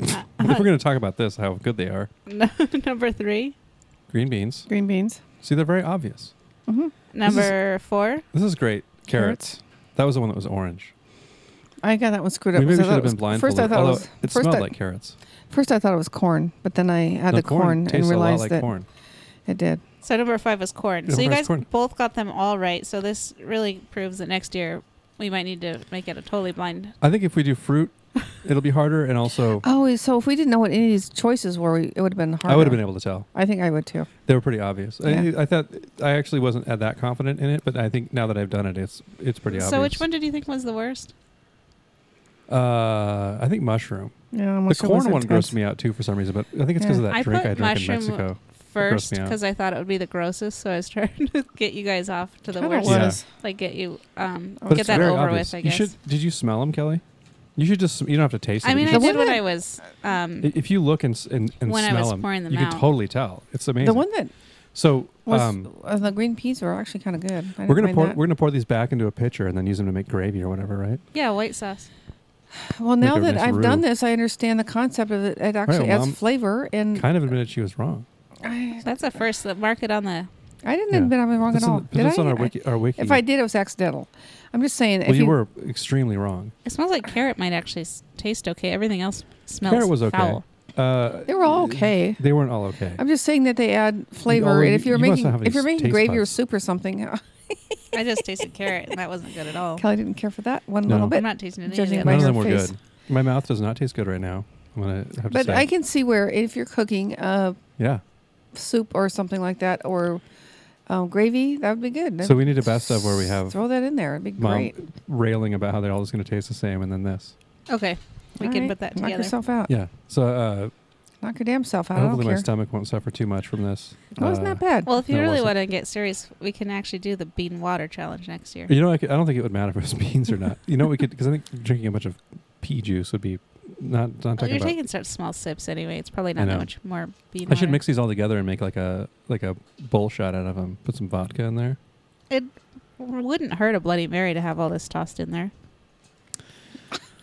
Uh, if we're uh-huh. going to talk about this, how good they are. number three, Green beans. Green beans. See, they're very obvious. Mm-hmm. number four. This is great. Carrots. That was the one that was orange. I got that one screwed up. Maybe we because I should thought have it was- been blindfolded. First, I thought Although it was it first smelled I, like carrots. first I thought it was corn, but then I had No, the corn, and tastes a lot realized like that corn. it did. So number five was corn. Number so you five is guys corn. both got them all right. So this really proves that next year we might need to make it a totally blind. I think if we do fruit, it'll be harder, and also Oh, so if we didn't know what any of these choices were, we, it would have been hard. I would have been able to tell. I think I would too. They were pretty obvious. Yeah. I, I thought I actually wasn't uh, that confident in it, but I think now that I've done it, it's it's pretty obvious. So which one did you think was the worst? Uh, I think mushroom. Yeah, The corn one grossed me out too for some reason, but I think it's because of Yeah. that I drink put I drank in mushroom Mexico. First, me out. because I thought it would be the grossest, so I was trying to get you guys off to the Kinda worst. Yeah. was. Like get you, um, But get it's that very over obvious. with. I You guess. should. Did you smell them, Kelly? You should just. You don't have to taste them. I but mean, you I should- The did one when that- I was. Um, I- If you look and s- and, and When I smell was them, pouring them you out. can totally tell. It's amazing. The one that so was um, uh, the green peas were actually kind of good. I we're didn't gonna mind pour. that. We're gonna pour these back into a pitcher and then use them to make gravy or whatever, right? yeah, white sauce. well, now a that nice I've done roux. this, I understand the concept of it. It actually well, adds I'm flavor, and Kind of admitted she was wrong. I, That's a first. The mark it on the. I didn't Yeah. admit I was wrong That's at all. on, the- did that's I? on our I- wiki. Our wiki. If I did, it was accidental. I'm just saying. well, if you, were extremely wrong. It smells like carrot. Might actually s- taste okay. Everything else smells. Carrot was okay. foul. Uh, They were all okay. They weren't all okay. I'm just saying that they add flavor, although and if you- you're you must making have if you're these making taste gravy or buds. soup or something, I just tasted carrot, and that wasn't good at all. Kelly didn't care for that one No. little I'm bit. not tasting any of judging the by None others. of your them were face. good. My mouth does not taste good right now. I'm gonna have But to say. I can see where if you're cooking uh, yeah. soup or something like that, or um, gravy, that would be good. So we need a best of where we have throw that in there. It'd be Mom, great. railing about how they're all just gonna taste the same, and then this. Okay, we All can right, put that Knock together. yourself out. Yeah. So uh, Knock your damn self out. I don't hopefully my care. stomach won't suffer too much from this. It wasn't Uh, that bad. Well, if you No, it really wasn't. want to get serious, we can actually do the bean water challenge next year. You know, I, could, I don't think it would matter if it was beans or not. You know, we could because I think drinking a bunch of pea juice would be not not Well, talking you're about. taking such small sips anyway. It's probably I not know. that much more bean. I should water. mix these all together and make like a like a bowl shot out of them. Put some vodka in there. Wouldn't hurt a Bloody Mary to have all this tossed in there.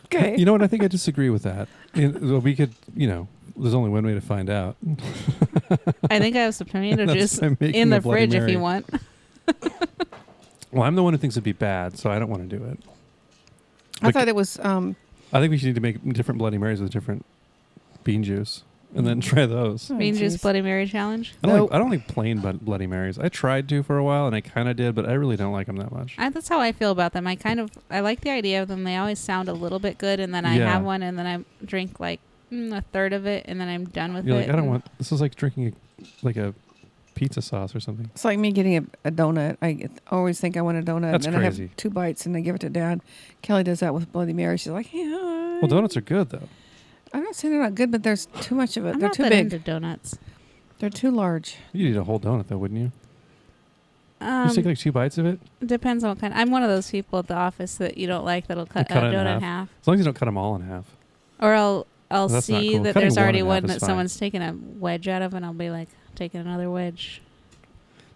okay. You know what? I think I disagree with that. In- well, we could, you know, there's only one way to find out. I think I have some tomato That's juice by making in a the Bloody fridge if Mary. you want. Oh, Well, I'm the one who thinks it'd be bad, so I don't want to do it. I like- thought it was. Um, I think we should need to make different Bloody Marys with different bean juice, and Mm. then try those. oh, bean juice geez. Bloody Mary challenge. I don't, Nope. like, I don't like plain Bu- Bloody Marys. I tried to for a while, and I kind of did, but I really don't like them that much. I, that's how I feel about them. I kind of I like the idea of them. They always sound a little bit good, and then I Yeah. have one, and then I drink like mm, a third of it, and then I'm done with You're it. like, I don't and- want. This is like drinking a, like a pizza sauce or something. It's like me getting a, a donut. I get- always think I want a donut, That's and then I crazy. have two bites, and I give it to Dad. Kelly does that with Bloody Mary. She's like, yeah. Mm. Well, donuts are good though. I'm not saying they're not good, but there's too much of it. I'm they're not too that big. into donuts. They're too large. You'd eat a whole donut though, wouldn't you? You Um, just take like two bites of it. depends on what kind. I'm one of those people at the office that you don't like that'll cut, cut a it in donut half. in half. As long as you don't cut them all in half. Or I'll I'll That's not see cool. that Cutting there's one already in half one is that fine. someone's taking a wedge out of, and I'll be like taking another wedge.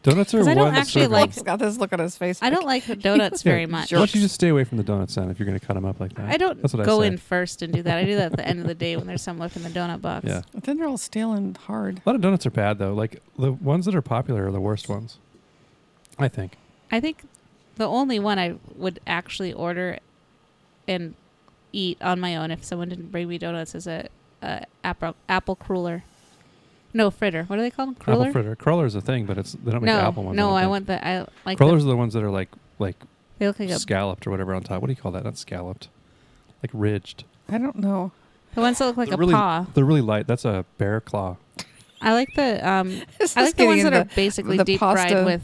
Donuts are 'Cause I one don't actually serving. like- He's got this look on his face. I don't like donuts Yeah, very much. Why don't you just stay away from the donuts then if you're going to cut them up like that? I don't That's what I go say. in first and do that. I do that at the end of the day when there's some left in the donut box. Yeah. But then they're all stale and hard. A lot of donuts are bad though. Like the ones that are popular are the worst ones. I think. I think the only one I would actually order and eat on my own if someone didn't bring me donuts is a, a apple apple cruller. No fritter. What do they call them? Cruller. Apple fritter. Cruller is a thing, but it's they don't make no, apple ones. no. don't I think. want the I like the, Crullers are the ones that are like like they look like a, scalloped or whatever on top. What do you call that? Not scalloped. Like ridged. I don't know. the ones that look like They're a really- paw. They're really light. That's a bear claw. I like the um. This I is like the ones getting that are into basically the deep pasta- fried with.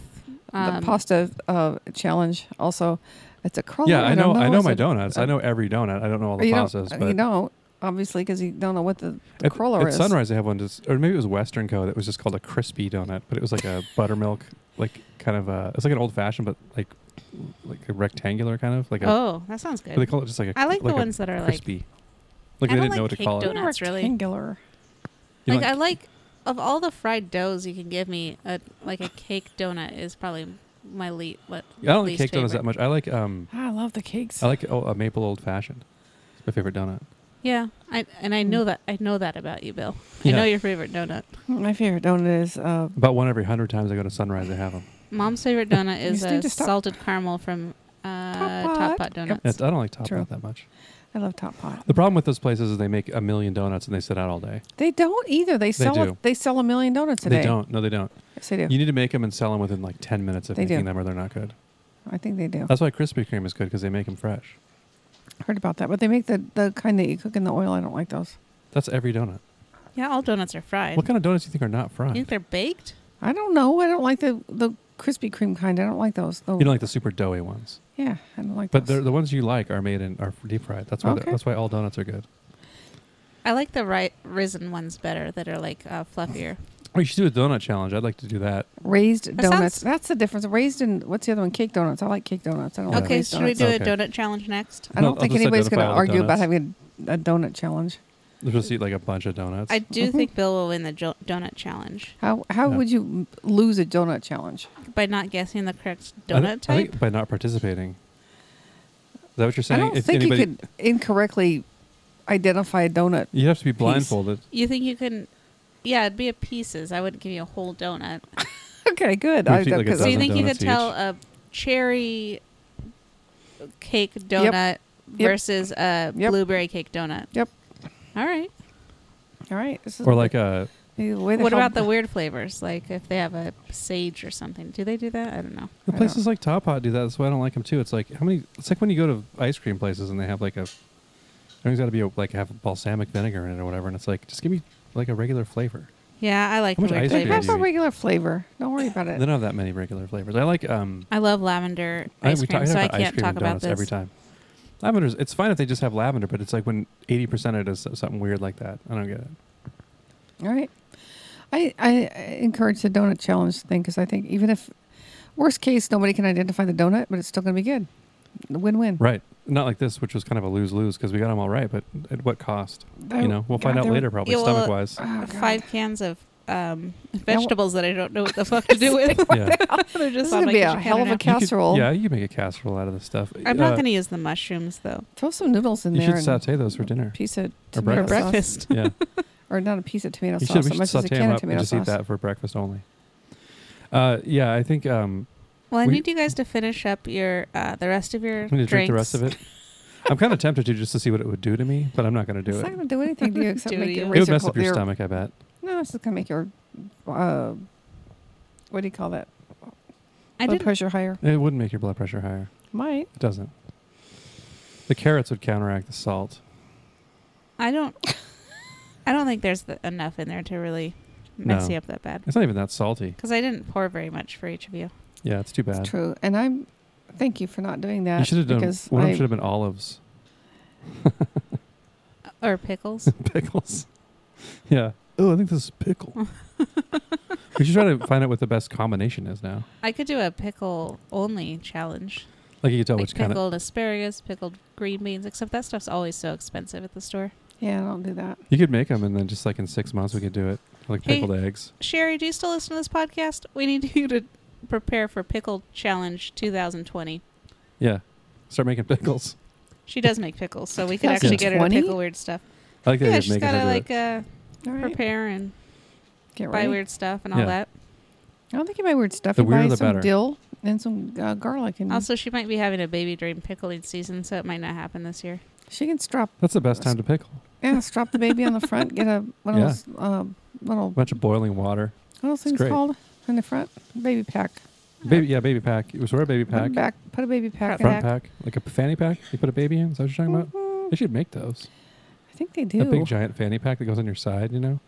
the Um, pasta uh, challenge. Also, it's a crawler. yeah, I know. don't I know is my it- donuts. I uh, know every donut. I don't know all the you pastas. Don't, but you don't obviously because you don't know what the, the at, crawler at is. Sunrise, they have one, just, or maybe it was Western Co. That was just called a crispy donut, but it was like a buttermilk, like kind of a. It's like an old fashioned, but like like a rectangular kind of like a. oh, that sounds what do they good. call it just like a. I like, the a ones that are like. crispy. Like I they don't didn't like know what to cake call it. donuts. Donuts, really. Rectangular. You know, like I like of all the fried doughs you can give me, a like a cake donut is probably my least. What I don't like least cake donuts that favorite. much. I like um Ah, I love the cakes. I like oh, a maple old fashioned. It's my favorite donut. Yeah, I and I know that I know that about you, Bill. I Yeah. know your favorite donut. my favorite donut is uh, About one every hundred times I go to Sunrise, I have them. Mom's favorite donut You is just need a to stop. salted caramel from uh, Top, Pot. Pot. pot donuts. That's, I don't like Top True. Pot that much. I love Top Pot. The problem with those places is they make a million donuts and they sit out all day. They don't either. They sell a- do. they sell a million donuts today. They don't. No, they don't. Yes, they do. You need to make them and sell them within like 10 minutes of They do. Oh. making them or they're not good. I think they do. That's why Krispy Kreme is good because they make them fresh. Heard about that, but they make the the kind that you cook in the oil. I don't like those. That's every donut. Yeah, all donuts are fried. What kind of donuts do you think are not you fried? think You they're baked? I don't know. I don't like the the Krispy Kreme kind. I don't like those. The- don't like the super doughy ones. yeah, I don't like But they're, those. the ones you like are made in are deep fried. That's why Okay. that's why all donuts are good. I like the ri- risen ones better that are like uh, fluffier. We should do a donut challenge. I'd like to do that. raised That sounds- donuts. That's the difference. Raised and what's the other one? Cake donuts. I like cake donuts. I don't like okay, raised should we donuts. Okay. do a donut challenge next? I don't I'll think just anybody's going to identify all the argue about donuts. having a donut challenge. Let's just eat like a bunch of donuts. I do Mhm. think Bill will win the jo- donut challenge How how Yeah. would you m- lose a donut challenge? by not guessing the correct I don't- donut I type. think by not participating. Is that what you're I saying? don't If think anybody- you could incorrectly identify a donut. You'd have to be blindfolded. you think you can? Yeah, it'd be a pieces. I wouldn't give you a whole donut. Okay, good. We should eat like a So you dozen think you could donuts tell each. a cherry cake donut versus a Yep. blueberry cake donut? Yep. All right. all right. This is Or like uh, a maybe the way the What hell- about the weird flavors? Like if they have a sage or something, do they do that? I don't know. the I places like Top Hot do that. That's why I don't like them too. It's like how many? It's like when you go to ice cream places and they have like a everything's got to be a, like have balsamic vinegar in it or whatever, and it's like just give me like a regular flavor. Yeah, I like How the much weird ice cream They do you flavors. have a eat? regular flavor. Don't worry about They it. don't have that many regular flavors. I like um. I love lavender I, ice we cream, talk, I so talk I about ice can't cream talk and about donuts this. every time. Lavender's it's fine if they just have lavender, but it's like when eighty percent of it is something weird like that. I don't get it. All right. I, I encourage the donut challenge thing because I think even if worst case nobody can identify the donut, but it's still going to be good. Win win. Right. Not like this, which was kind of a lose lose because we got them all right, but at what cost? you know, we'll find out later probably Yeah, well, stomach wise. Oh, Five God. cans of um, vegetables that I don't know what the fuck to do with. Yeah. They're just This is on my going to be a kitchen hell of counter a now. casserole. yeah, you can make a casserole out of this stuff. I'm not Uh, going to use the mushrooms though. Throw some noodles in You there. should and saute those for dinner. A piece of Or tomato For Breakfast. sauce. breakfast. yeah, Or not a piece of tomato you sauce, should. We so should much as a saute can them up of and tomato just eat sauce. that for breakfast only. Uh, yeah, I think um, Well, I We- need you guys to finish up your uh, the rest of your I'm going to drinks. drink the rest of it. I'm kind of tempted to just to see what it would do to me, but I'm not going to do It's it. not going to do anything to you except Do make it either. your It would razor mess cold- up your stomach, I bet. No, it's just going to make your uh, what do you call that? I Blood did. pressure higher. It wouldn't make your blood pressure higher. Might. It doesn't. The carrots would counteract the salt. I don't. I don't think there's the, enough in there to really mess No. you up that bad. It's not even that salty. Because I didn't pour very much for each of you. Yeah, it's too bad. It's true. And I'm thank you for not doing that. You should have done. because One of I- them should have been olives, Or pickles. pickles. yeah. Oh, I think this is pickle. we should try to find out what the best combination is now. I could do a pickle only challenge. Like you can tell like Oh, which kind of. pickled asparagus, pickled green beans, except that stuff's always so expensive at the store. Yeah, I don't do that. You could make them, and then just like in six months, we could do it. Like Hey. pickled eggs. Sherry, do you still listen to this podcast? We need you to prepare for Pickle Challenge 2020. Yeah. Start making pickles. She does make pickles, so we could actually get her to 2020? pickle weird stuff. I like the Yeah, idea of she's making got to her do like uh, All right. prepare and Get buy ready. weird stuff and all Yeah. Mm-hmm. that. I don't think you buy weird stuff. The you weirder buy the some better. dill and some uh, garlic, and Also, she might be having a baby during pickling season, so it might not happen this year. she can strap. That's the best time to pickle. Yeah, strap the baby on the front. Get a one Yeah. of those uh, little A what bunch of boiling water. are those things great. called in the front? Baby pack. Baby, yeah, baby pack. You wear a baby Put, pack. a back, put a baby pack. in Front that. pack, like a fanny pack. You put a baby in. Is that what you're talking about? Mhm. They should make those. I think they A big do. giant fanny pack that goes on your side, you know?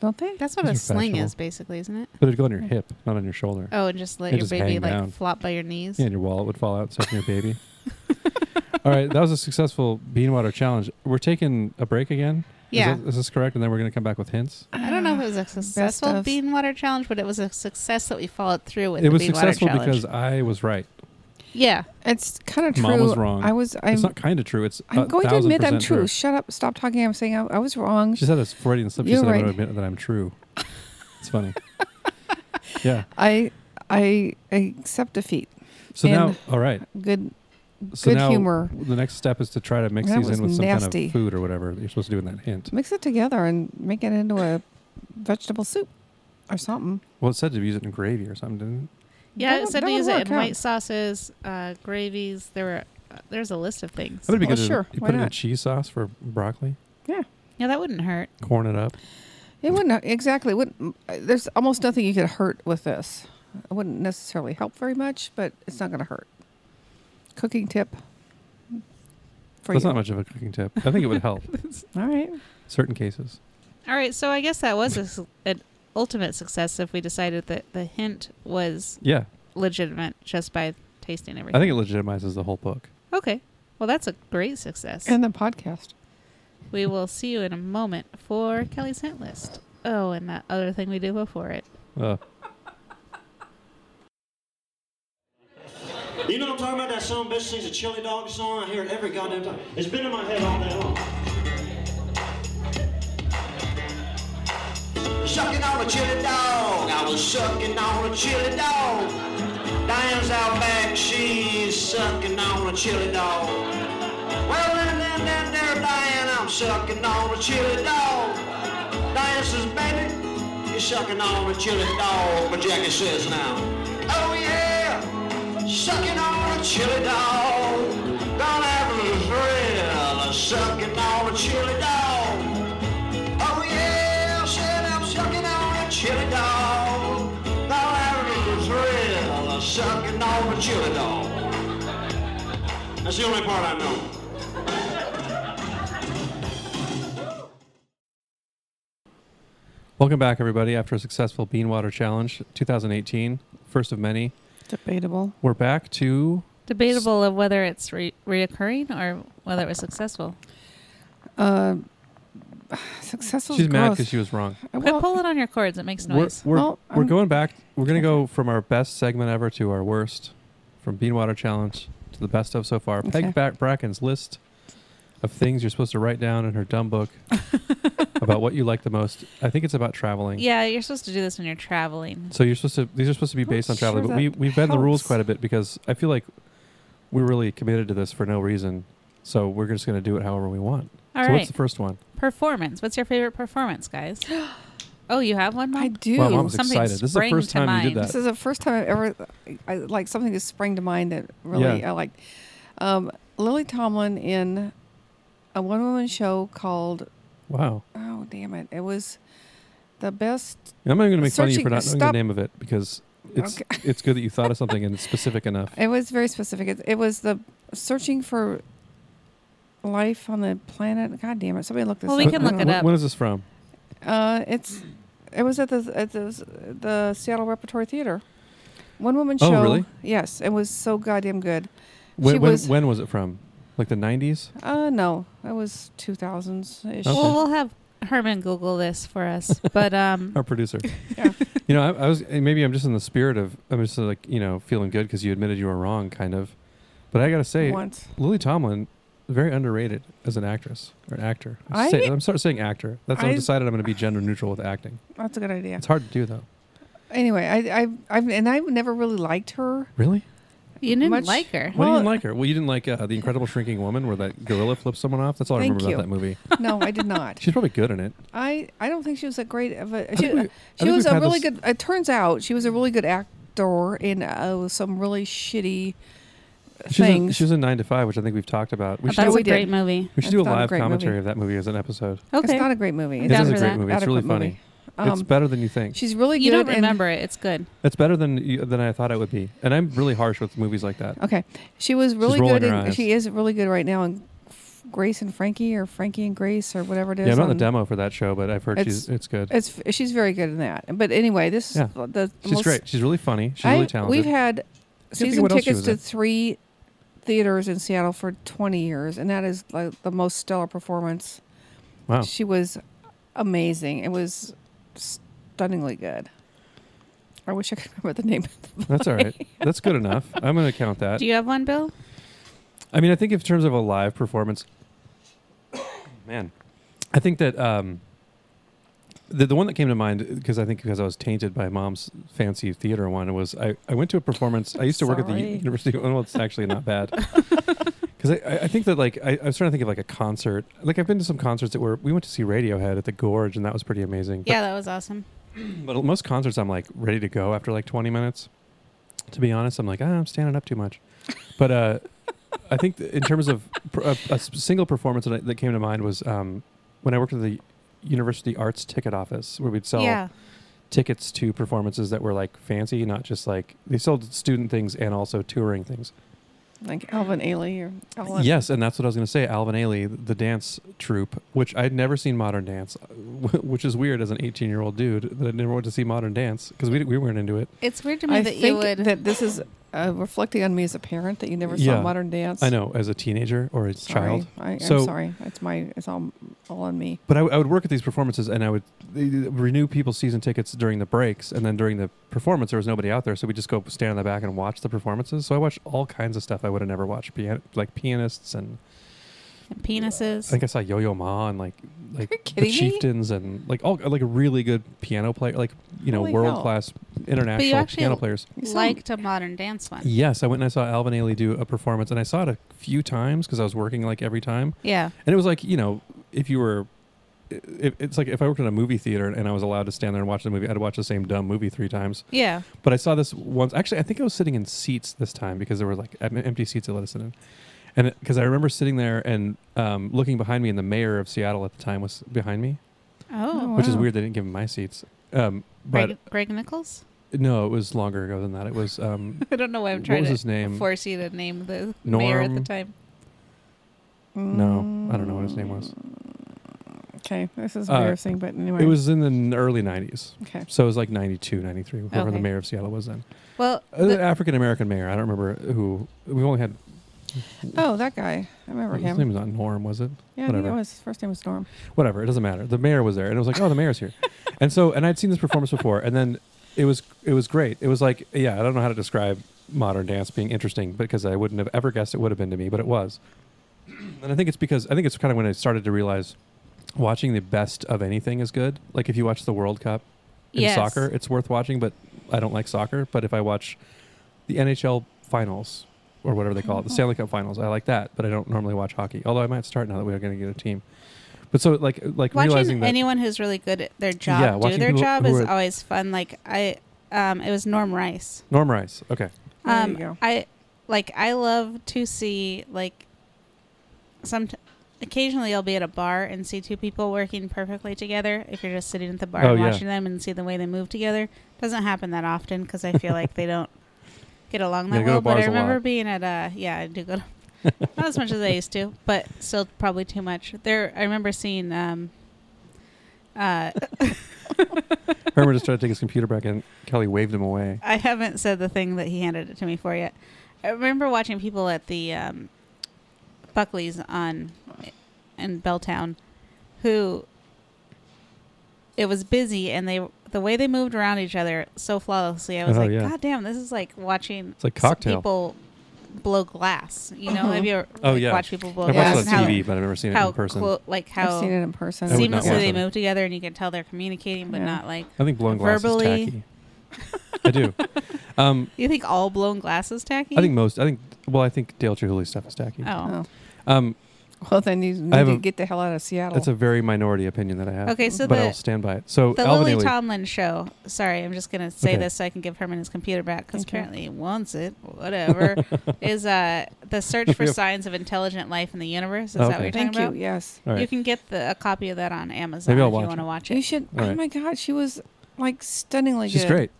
Don't they? That's what These a are sling is, fashionable. basically, isn't it? But it'd go on your hip, not on your shoulder. Oh, and just let They your just baby hang like down. flop by your knees. Yeah, and your wallet would fall out stuck in your baby. All right, that was a successful bean water challenge. We're taking a break again. Yeah. Is, that, is this correct? And then we're going to come back with hints. I don't know if it was a successful of. bean water challenge, but it was a success that we followed through with. it the was bean successful water challenge. because I was right. yeah, Ah, It's kind of true. Mom was wrong. I was. I'm. it's not kind of true. It's I'm a going to thousand admit I'm percent true. Shut up. Stop talking. I'm saying I, I was wrong. She said that's Freudian slip. She You're said I'm right. going to admit that I'm true. It's funny. yeah. I I accept defeat. So now, And- all right. Good So Good now humor. The next step is to try to mix That these was in with some kind nasty. of food or whatever that you're supposed to do in that hint. mix it together and make it into a vegetable soup or something. Well, it said to use it in gravy or something, didn't it? yeah. That It would- said that to would use it work in out. white sauces, uh, gravies. There were There's a list of things. That would be Well, good. to- sure, You why put it in not? cheese sauce for broccoli, Yeah, that wouldn't hurt. Mm-hmm. corn it up. It wouldn't exactly. it Wouldn't there's almost nothing you could hurt with this. It wouldn't necessarily help very much, but it's not going to hurt. Cooking tip for That's you. not much of a cooking tip. I think it would help All right. certain cases. All right, so I guess that was a s an ultimate success if we decided that the hint was Yeah, legitimate just by tasting everything. I think it legitimizes the whole book. okay. Well, that's a great success. And the podcast. we will see you in a moment for Kelly's hint list. Oh, and that other thing we do before it. Uh, You know what I'm talking about? That song, Bitch Sings a Chili Dog song. I hear it every goddamn time. It's been in my head all day long. Sucking on a chili dog. I was sucking on a chili dog. Diane's out back. She's sucking on a chili dog. Well, then, then, then, there, Diane, I'm sucking on a chili dog. Diane says, baby, you're sucking on a chili dog. But Jackie says now, oh yeah sucking on a chili dog. Gonna have a little thrill of sucking on a chili dog. Oh yeah, said I'm sucking on a chili dog. Gonna have a little thrill of sucking on a chili dog. That's the only part I know. welcome back, everybody. After a successful Bean Water Challenge 2018, first of many, Debatable. we're back to Debatable of whether it's re- reoccurring or whether it was successful. Uh, successful. She's is mad gross. because she was wrong. Quit Well, pulling on your cords. It makes We're, noise. we're, Well, we're I'm- going back. We're going to go from our best segment ever to our worst, from Bean Water Challenge to the best of so far. Okay. Peg Back Bracken's list of things you're supposed to write down in her dumb book about what you like the most. I think it's about traveling. Yeah, you're supposed to do this when you're traveling. So you're supposed to. These are supposed to be Not based on traveling, sure but we that we bend the rules helps. quite a bit because I feel like we're really committed to this for no reason. So we're just going to do it however we want. All right, so what's the first one? performance. What's your favorite performance, guys? oh, you have one, Mom? I do. Wow, Mom's something excited. This is the sprang first to time you did mind. that. This is the first time I've ever I, like something that sprang to mind that really Yeah. I liked. Um, Lily Tomlin in a one woman show called Wow. Oh damn it! It was the best. And I'm not going to make fun of you Searching- for not knowing the stop. name of it because it's it's good that you thought of something and it's specific enough. It was very specific. It, it was the searching for life on the planet. God damn it! Somebody look this Well, up. we When- can look when- it up. When is this from? Uh, it's it was at the at the, the Seattle Repertory Theater. One woman Oh, show. really? Yes, it was so goddamn good. When She when, was- when was it from? Like the 90s? Uh, no, it was two thousands ish. Okay. Well, we'll have Herman Google this for us. But um, Our producer. Yeah. You know, I, I was and maybe I'm just in the spirit of I'm just like you know feeling good because you admitted you were wrong, kind of. But I got to say, Once. Lily Tomlin, very underrated as an actress or an actor. I- say, I'm sort of saying actor. That's I, I- have decided I'm going to be gender neutral with acting. That's a good idea. It's hard to do though. Anyway, I I I've, and I've never really liked her. Really? you didn't Much- like her. What do you Well- didn't like her? Well, you didn't like uh, the Incredible Shrinking Woman, where that gorilla flips someone off. That's all I Thank remember about that you. movie. No, I did not. She's probably good in it. I I don't think she was that great of a. think She, we- I she think was we've a had really this- good. It turns out she was a really good actor in uh, some really shitty She's in, things. she was in Nine to Five, which I think we've talked about. We That's should thought- do, a we did. great movie. we should do a Oh, That's not a live great commentary movie. of that movie as an episode. Okay. It's not a great movie. I'm It is down a for great that. movie. It's really Adequate funny. movie. Um, it's better than you think. She's really good. You don't in- remember it. It's good. It's better than you, than I thought it would be. And I'm really harsh with movies like that. Okay, she was really rolling her good. In, eyes. she is really good right now in F- Grace and Frankie, or Frankie and Grace, or whatever it is. Yeah, I'm not the on- demo for that show, but I've heard It's- she's it's good. It's she's very good in that. But anyway, this Yeah. is the She's most, great. She's really funny. She's I- really talented. We've had think season what else she tickets was to in. three theaters in Seattle for 20 years, and that is like the most stellar performance. wow. She was amazing. It was stunningly good. I wish I could remember the name. That's all right. That's good enough. I'm going to count that. Do you have one, Bill? I mean, I think in terms of a live performance, man, I think that um, the, the one that came to mind, because I think because I was tainted by mom's fancy theater one, was I, I went to a performance. I used to work at the Sorry. university. Well, it's actually not bad. Because I, I- I think that, like, I, I was trying to think of, like, a concert. Like, I've been to some concerts that were, we went to see Radiohead at the Gorge, and that was pretty amazing. But Yeah, that was awesome. but most concerts, I'm like ready to go after like 20 minutes. To be honest, I'm like, ah, I'm standing up too much. But uh, I think th- in terms of pr- a, a s- single performance that, I, that came to mind was um, when I worked at the University Arts Ticket Office, where we'd sell yeah. tickets to performances that were like fancy, not just like they sold student things and also touring things. like Alvin Ailey or Alvin. Yes, and that's what I was going to say. Alvin Ailey, the dance troupe, which I'd never seen modern dance, which is weird as an 18 year old dude that I never went to see modern dance because we, we weren't into it. It's weird to me I that think you would. that this is uh, reflecting on me as a parent that you never Yeah. saw modern dance. I know as a teenager or as a Sorry. child. I, I'm So- sorry. It's my. It's all all on me. But I, I would work at these performances and I would they- they renew people's season tickets during the breaks. And then during the performance, there was nobody out there. So we just go stand in the back and watch the performances. So I watched all kinds of stuff I would have never watched, pian- like pianists and I penises. think I saw Yo Yo Ma and like You're like the kidding me? Chieftains and like all like a really good piano player, like you know Holy hell. world class international actually- piano players. You sound- liked a modern dance one. Yes, I went and I saw Alvin Ailey do a performance, and I saw it a few times because I was working like every time, Yeah. and it was like you know if you were. It, it's like if I worked in a movie theater and I was allowed to stand there and watch the movie, I'd watch the same dumb movie three times. Yeah. But I saw this once. Actually, I think I was sitting in seats this time because there were like em- empty seats that let us in. And because I remember sitting there and um, looking behind me, and the mayor of Seattle at the time was behind me, Oh. Oh, which is Wow. weird. They didn't give him my seats. Um, but uh, Greg, Greg Nichols? no, it was longer ago than that. It was um, I don't know why I'm what trying was to his name? force you to name the mayor at the Norm- time. No, I don't know what his name was. Mm, Okay, this is Uh, embarrassing, but anyway, It was in the n- early '90s, okay. so it was like '92, '93, whoever Okay. the mayor of Seattle was then. Well, Uh, the- An African American mayor. I don't remember who. We only had. Oh, that guy. I remember his him. name was not Norm, was it? yeah, I think it whatever. was his first name was Norm. whatever, it doesn't matter. The mayor was there, and it was like, oh, the mayor's here, and so, and I'd seen this performance before, and then it was it was great. It was like, yeah, I don't know how to describe modern dance being interesting because I wouldn't have ever guessed it would have been to me, but it was. And I think it's because I think it's kind of when I started to realize watching the best of anything is good. Like if you watch the World Cup in yes. soccer, it's worth watching, but I don't like soccer. But if I watch the NHL finals or whatever they call it, the Stanley Cup finals, I like that. But I don't normally watch hockey. Although I might start now that we're going to get a team. But so like like realizing watching that anyone who's really good at their job Yeah, do watching their people job who is are- always fun. Like I, um, it was Norm Rice. Norm Rice, okay, There um, you go. I like I love to see like some. Occasionally, I'll be at a bar and see two people working perfectly together. If you're just sitting at the bar Oh, and yeah. watching them and see the way they move together, doesn't happen that often because I feel like they don't get along Yeah, that I go to well. But I bars a lot. remember being at a yeah, I do go to not as much as I used to, but still probably too much. There, I remember seeing um, uh, Herman just tried to take his computer back, and Kelly waved him away. I haven't said the thing that he handed it to me for yet. I remember watching people at the um, Buckley's on in Belltown who it was busy and they the way they moved around each other so flawlessly. I was Oh, like, yeah. God damn, this is like watching It's like s- Cocktail. people blow glass. You know, Mhm. have you ever Oh, like, yeah. watch people blow I've yeah, glass? watched it and on how- TV, but I've never seen it how in person. clo- like how I've seen it in person. I would not seamlessly watch they it. move together and you can tell they're communicating but Yeah. not like I think blown glass is verbally- tacky. I do. Um, you think all blown glass is tacky I think most. I think. Well, I think Dale Chihuly stuff is tacky. oh, Oh. Um, Well, then you need I have to a- get the hell out of Seattle. that's a very minority opinion that I have. Oh. okay so but the I'll stand by it. So the Alvin Lily Ailey- Tomlin show. Sorry, I'm just gonna Oh, say Okay. this so I can give Herman his computer back because Okay. apparently he wants it. Whatever is uh the search for Yep. signs of intelligent life in the universe? Is that what Okay. you're talking Thank you. about? Yes. All right. You can get the, a copy of that on Amazon Maybe I'll if watch you want it. to watch You it. should. All Oh right. my God, she was like stunningly She's good. great.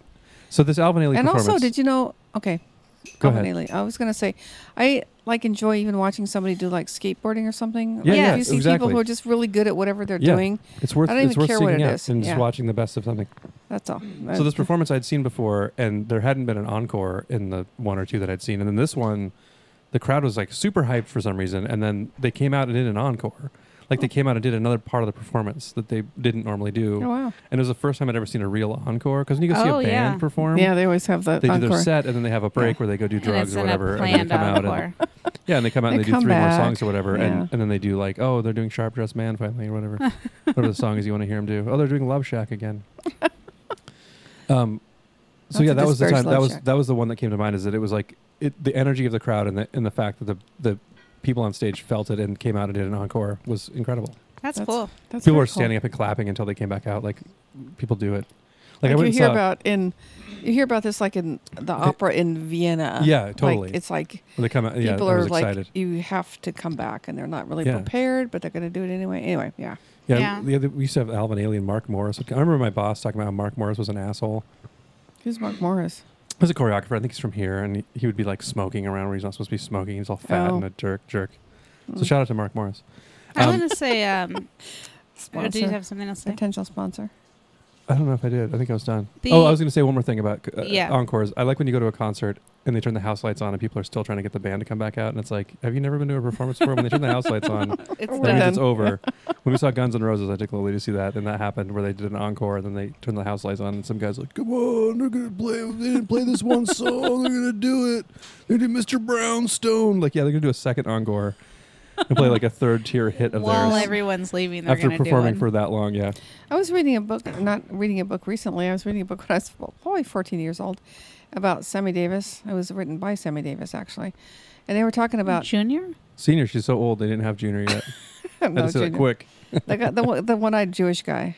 So this Alvin Ailey And performance. also, did you know? Okay, Go Alvin ahead. Ailey. I was gonna say, I like enjoy even watching somebody do like skateboarding or something. Yeah, like, yeah, if you see exactly. people who are just really good at whatever they're Yeah. doing, It's worth I don't it's even worth care what seeking it out is. and Yeah. just watching the best of something. that's all. So this performance I'd seen before, and there hadn't been an encore in the one or two that I'd seen, and then this one, the crowd was like super hyped for some reason, and then they came out and did an encore, like they came out and did another part of the performance that they didn't normally do, Oh wow. and it was the first time I'd ever seen a real encore because when you go see a Oh, band yeah. perform, Yeah, they always have the they do encore. their set and then they have a break where they go do and drugs it's or in whatever, a and then planned they come out and encore. Yeah, and they come out and They they, do come three more back. songs or whatever, Yeah. and, and then they do like, oh, they're doing Sharp Dressed Man finally or whatever, whatever the song is you want to hear them do. Oh, they're doing Love Shack again. Um, so That's yeah, a that was the dispersed time. That Love was Shack. that was the one that came to mind. Is that it was like it, the energy of the crowd and the and the fact that the the people on stage felt it and came out and did an encore was incredible. That's, That's- cool. That's people pretty were cool. standing up and clapping until they came back out. Like people do it. Like, I Like, went you and hear saw- about in you hear about this like in the opera in Vienna. Yeah, uh, Like, totally. it's like when they come out. Yeah, people I are was excited. like you have to come back and they're not really Yeah. prepared, but they're gonna do it anyway. Anyway, yeah. yeah, Yeah. The other, we used to have Alvin Ailey and Mark Morris. I remember my boss talking about how Mark Morris was an asshole. Who's Mark Morris? He was a choreographer. I think he's from here, and he, he would be like smoking around where he's not supposed to be smoking. He's all fat Oh. and a jerk, jerk. So Mm. Mm. shout out to Mark Morris. I Um, want to say, um, or do you Sponsor. have something else to say? Potential sponsor. I don't know if I did. I think I was done. oh, The- I was going to say one more thing about uh, Yeah. encores. I like when you go to a concert and they turn the house lights on and people are still trying to get the band to come back out. And it's like, have you never been to a performance before? When they turn the house lights on, that It's We're means done. it's over. when we saw Guns N' Roses, I took Lily to see that, and that happened where they did an encore and then they turned the house lights on. And some guys like, come on, they're going to play. They didn't play this one song. They're going to do it. They did Mr. Brownstone. Like, yeah, they're going to do a second encore and play like a third tier hit of While theirs everyone's leaving, they're after going to do performing one. for that long. Yeah. I was reading a book, not reading a book recently. I was reading a book when I was well, probably 14 years old about Sammy Davis. It was written by Sammy Davis, actually. And they were talking about Junior? Senior, she's so old, they didn't have junior yet. I no, had to say that Junior. quick. the, guy- the, one- the one eyed Jewish guy,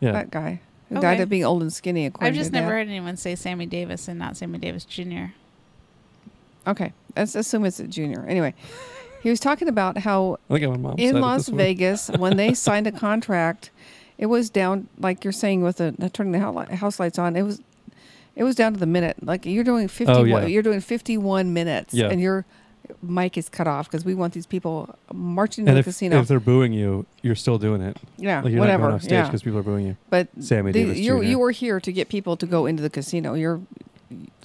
Yeah. that guy, who died Okay. of being old and skinny. According I've just to never that. heard anyone say Sammy Davis and not Sammy Davis Junior. Okay, let's assume it's a junior. Anyway, he was talking about how I think I'm a mom. said in it Las this way. Vegas, when they signed a contract, it was down like you're saying with the not turning the hou- house lights on. It was, it was down to the minute. Like you're doing fifty. Oh, yeah. You're doing fifty-one minutes, Yeah. and your mic is cut off because we want these people marching to And the if, casino. if they're booing you, you're still doing it. yeah, Like you're not going whatever. off stage Yeah, because people are booing you. but Sammy the- Davis you Jr.. you were here to get people to go into the casino. You're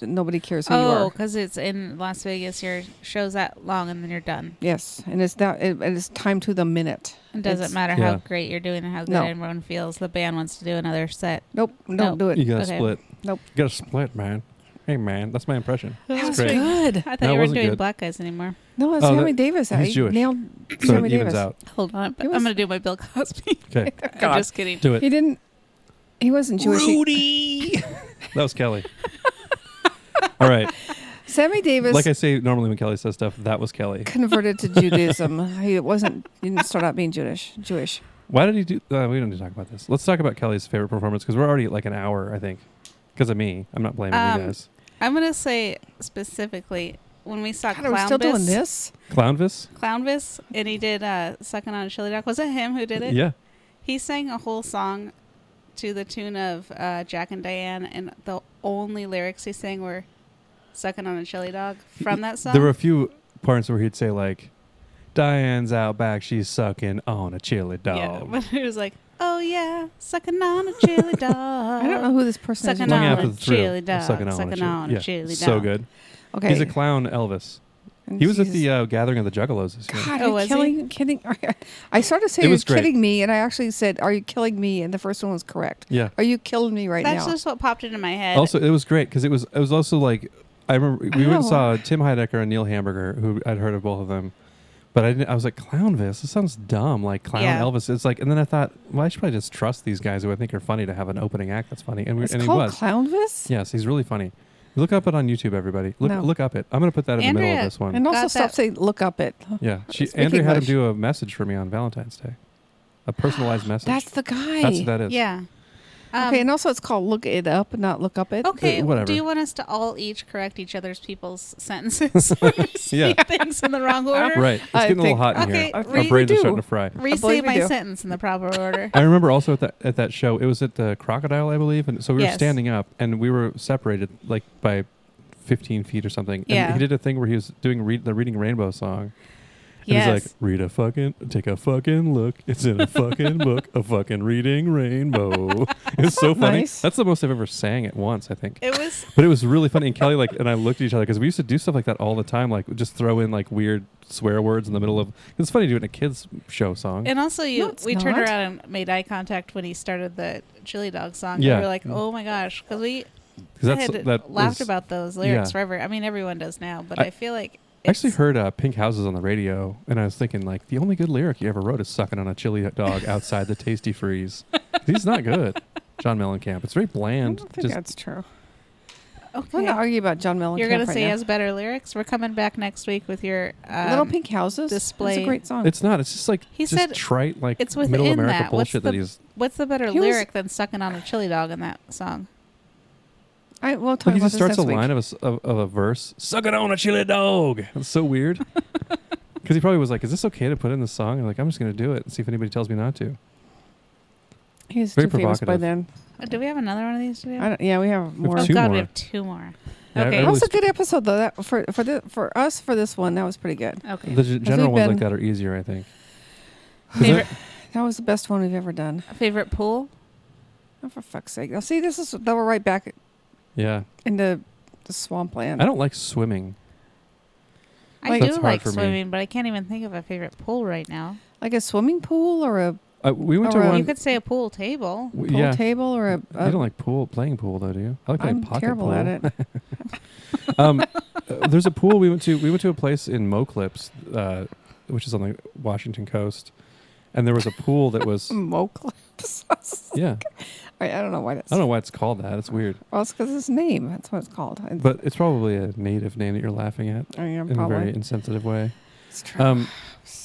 nobody cares who you Oh, are. because it's in Las Vegas. Your show's that long, and then you're done. Yes, and it's that it, and it's time to the minute. It doesn't It's- matter Yeah. how great you're doing and how good No. everyone feels. The band wants to do another set. Nope, don't Nope. do it. You gotta Okay. split. Nope. You gotta split, man. Hey, man, that's my impression. That It's was great. good. I thought That you weren't wasn't doing good. black guys anymore. No, it's Oh, Sammy that- Davis. he's I Jewish. nailed So it Sammy evens Davis. out. Hold on, but It I'm was- going to do my Bill Cosby. Okay, I'm just kidding. do He it. didn't. He wasn't Jewish. He- Rudy. that was Kelly. All right. Sammy Davis Like I say normally when Kelly says stuff, that was Kelly. converted to Judaism. he wasn't. He didn't start out being Jewish. Jewish. Why did he do? Uh, we don't need to talk about this. Let's talk about Kelly's favorite performance because we're already at like an hour, I think. Because of me, I'm not blaming Um, you guys. I'm going to say specifically when we saw God, are we still doing Clownvis, this? Clownvis. Clownvis, and he did uh, Sucking on a Chili Dog. Was it him who did it? Yeah. He sang a whole song to the tune of uh, Jack and Diane, and the only lyrics he sang were "Sucking on a chili dog" from that song. There were a few parts where he'd say like, "Diane's out back, she's sucking on a chili dog." yeah, but he was like, "Oh yeah, sucking on a chili dog." I don't know who this person Sucking is. Long on after a the thrill, chili dog, sucking on sucking a chili, on a yeah, chili so dog. good. Okay. He's a clown, Elvis. He was at the uh, gathering of the Juggalos this year. God, Oh, are was you he? killing, kidding? I started It saying you're was great. kidding me, and I actually said, "Are you killing me?" And the first one was correct. Yeah. Are you killing me right That's now? just what popped into my head. Also, it was great because it was it was also like I remember we went and Oh. saw Tim Heidecker and Neil Hamburger, who I'd heard of both of them, but I didn't. I was like Clownvis. This sounds dumb. Like Clown Yeah. Elvis. It's like, and then I thought, well, I should probably just trust these guys who I think are funny to have an opening act that's funny, and, we, it's and he called was. Clownvis. Yes, he's really funny. Look up it on YouTube, everybody. Look No. look up it. I'm gonna put that in the middle Andrea- of this one. And also Got stop that. saying "look up it." Yeah, she Speak Andrea had him English. do a message for me on Valentine's Day, a personalized message. That's the guy. That's what that is. yeah. Um, okay, and also it's called "look it up," not "look up it." Okay. Uh, whatever. Do you want us to all each correct each other's people's sentences? Yeah. yeah. Things in the wrong order. Right. It's I getting a little think- hot in Okay, here. I Our think brains we are do. starting to fry. Re-say believe we my do. sentence in the proper order. I remember also at that at that show, it was at the Crocodile, I believe, and so we were Yes. standing up and we were separated like by fifteen feet or something. Yeah. And he did a thing where he was doing read, the Reading Rainbow song. And yes. he's like, read a fucking, take a fucking look. It's in a fucking book, a fucking reading rainbow. it's so funny. Nice. That's the most I've ever sang at once, I think. it was But it was really funny. And Kelly like and I looked at each other because we used to do stuff like that all the time. Like just throw in like weird swear words in the middle of. It's funny doing a kids show song. And also, you No, it's we turned not. around and made eye contact when he started the chili dog song. Yeah. we were like, "Oh my gosh," because we 'Cause that's- had that laughed was- about those lyrics yeah. forever. I mean, everyone does now, but I- I, feel like I actually it's- heard uh, Pink Houses on the radio, and I was thinking like the only good lyric you ever wrote is "sucking on a chili dog outside the Tasty Freeze." He's not good, John Mellencamp. It's very I bland. don't think Just that's true. I'm Okay. going to argue about John Mellencamp You're gonna right say now. has better lyrics. We're coming back next week with your um, Little Pink Houses. It's display- a great song. It's not. It's just like He just said trite, like it's middle within America that. What's bullshit the- that he's. What's the better He was- lyric than sucking on a chili dog in that song? I, we'll talk Like he about just this starts a next week. line of a, s- of, of a verse. Suck it on a chili dog. It's so weird. Because he probably was like, "Is this okay to put in the song?" And like, I'm just gonna do it and see if anybody tells me not to. He's Very too famous by provocative. then. Uh, Do we have another one of these to do? I don't, yeah, we have more. oh Two God, more. we have two more. Yeah, I- Okay. I That really was a good episode though. That for for the, for us for this one, that was pretty good. Okay. The g- general ones like been- that are easier, I think. 'Cause I- favorite That was the best one we've ever done. favorite pool? Oh, for fuck's sake! Now see, this is now we're right back yeah, into the swampland. I don't like swimming. I Like- do That's hard like for me. swimming, but I can't even think of a favorite pool right now. like a swimming pool or a Uh, we went Or, to uh, one. you could say a pool table. w- pool yeah, table or a. a you don't like pool playing pool though, do you? I like playing I'm pocket terrible pool. at it. um, uh, there's a pool we went to. We went to a place in Moclips, uh, which is on the Washington coast, and there was a pool that was. Mo clips. yeah, I I don't know why that's. I don't know why it's called that. It's weird, Well, it's because it's name. That's what it's called. It's, but it's probably a native name that you're laughing at I mean, in probably. a very insensitive way. it's true. Um,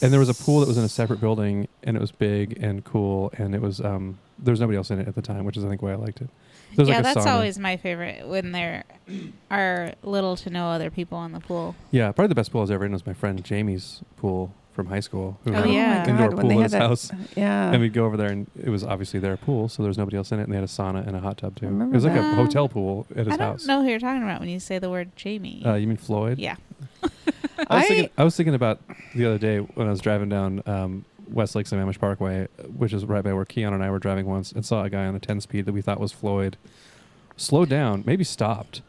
and there was a pool that was in a separate building, and it was big and cool, and it was um, there was nobody else in it at the time, which is I think why I liked it. There's yeah, like a that's sauna. always my favorite when there are little to no other people in the pool. yeah, probably the best pool I was ever in was my friend Jamie's pool from high school. Who Oh, had an yeah. indoor God, when pool they at had his that- house. yeah. and we'd go over there, and it was obviously their pool, so there was nobody else in it, and they had a sauna and a hot tub too. I It remember was like a that. hotel pool at his I don't house. know who you're talking about when you say the word Jamie. Uh, you mean Floyd? yeah. I was, I- thinking, I was thinking about the other day when I was driving down um, West Lake Sammamish Parkway, which is right by where Keon and I were driving once, and saw a guy on a 10 speed that we thought was Floyd. Slowed down, maybe stopped,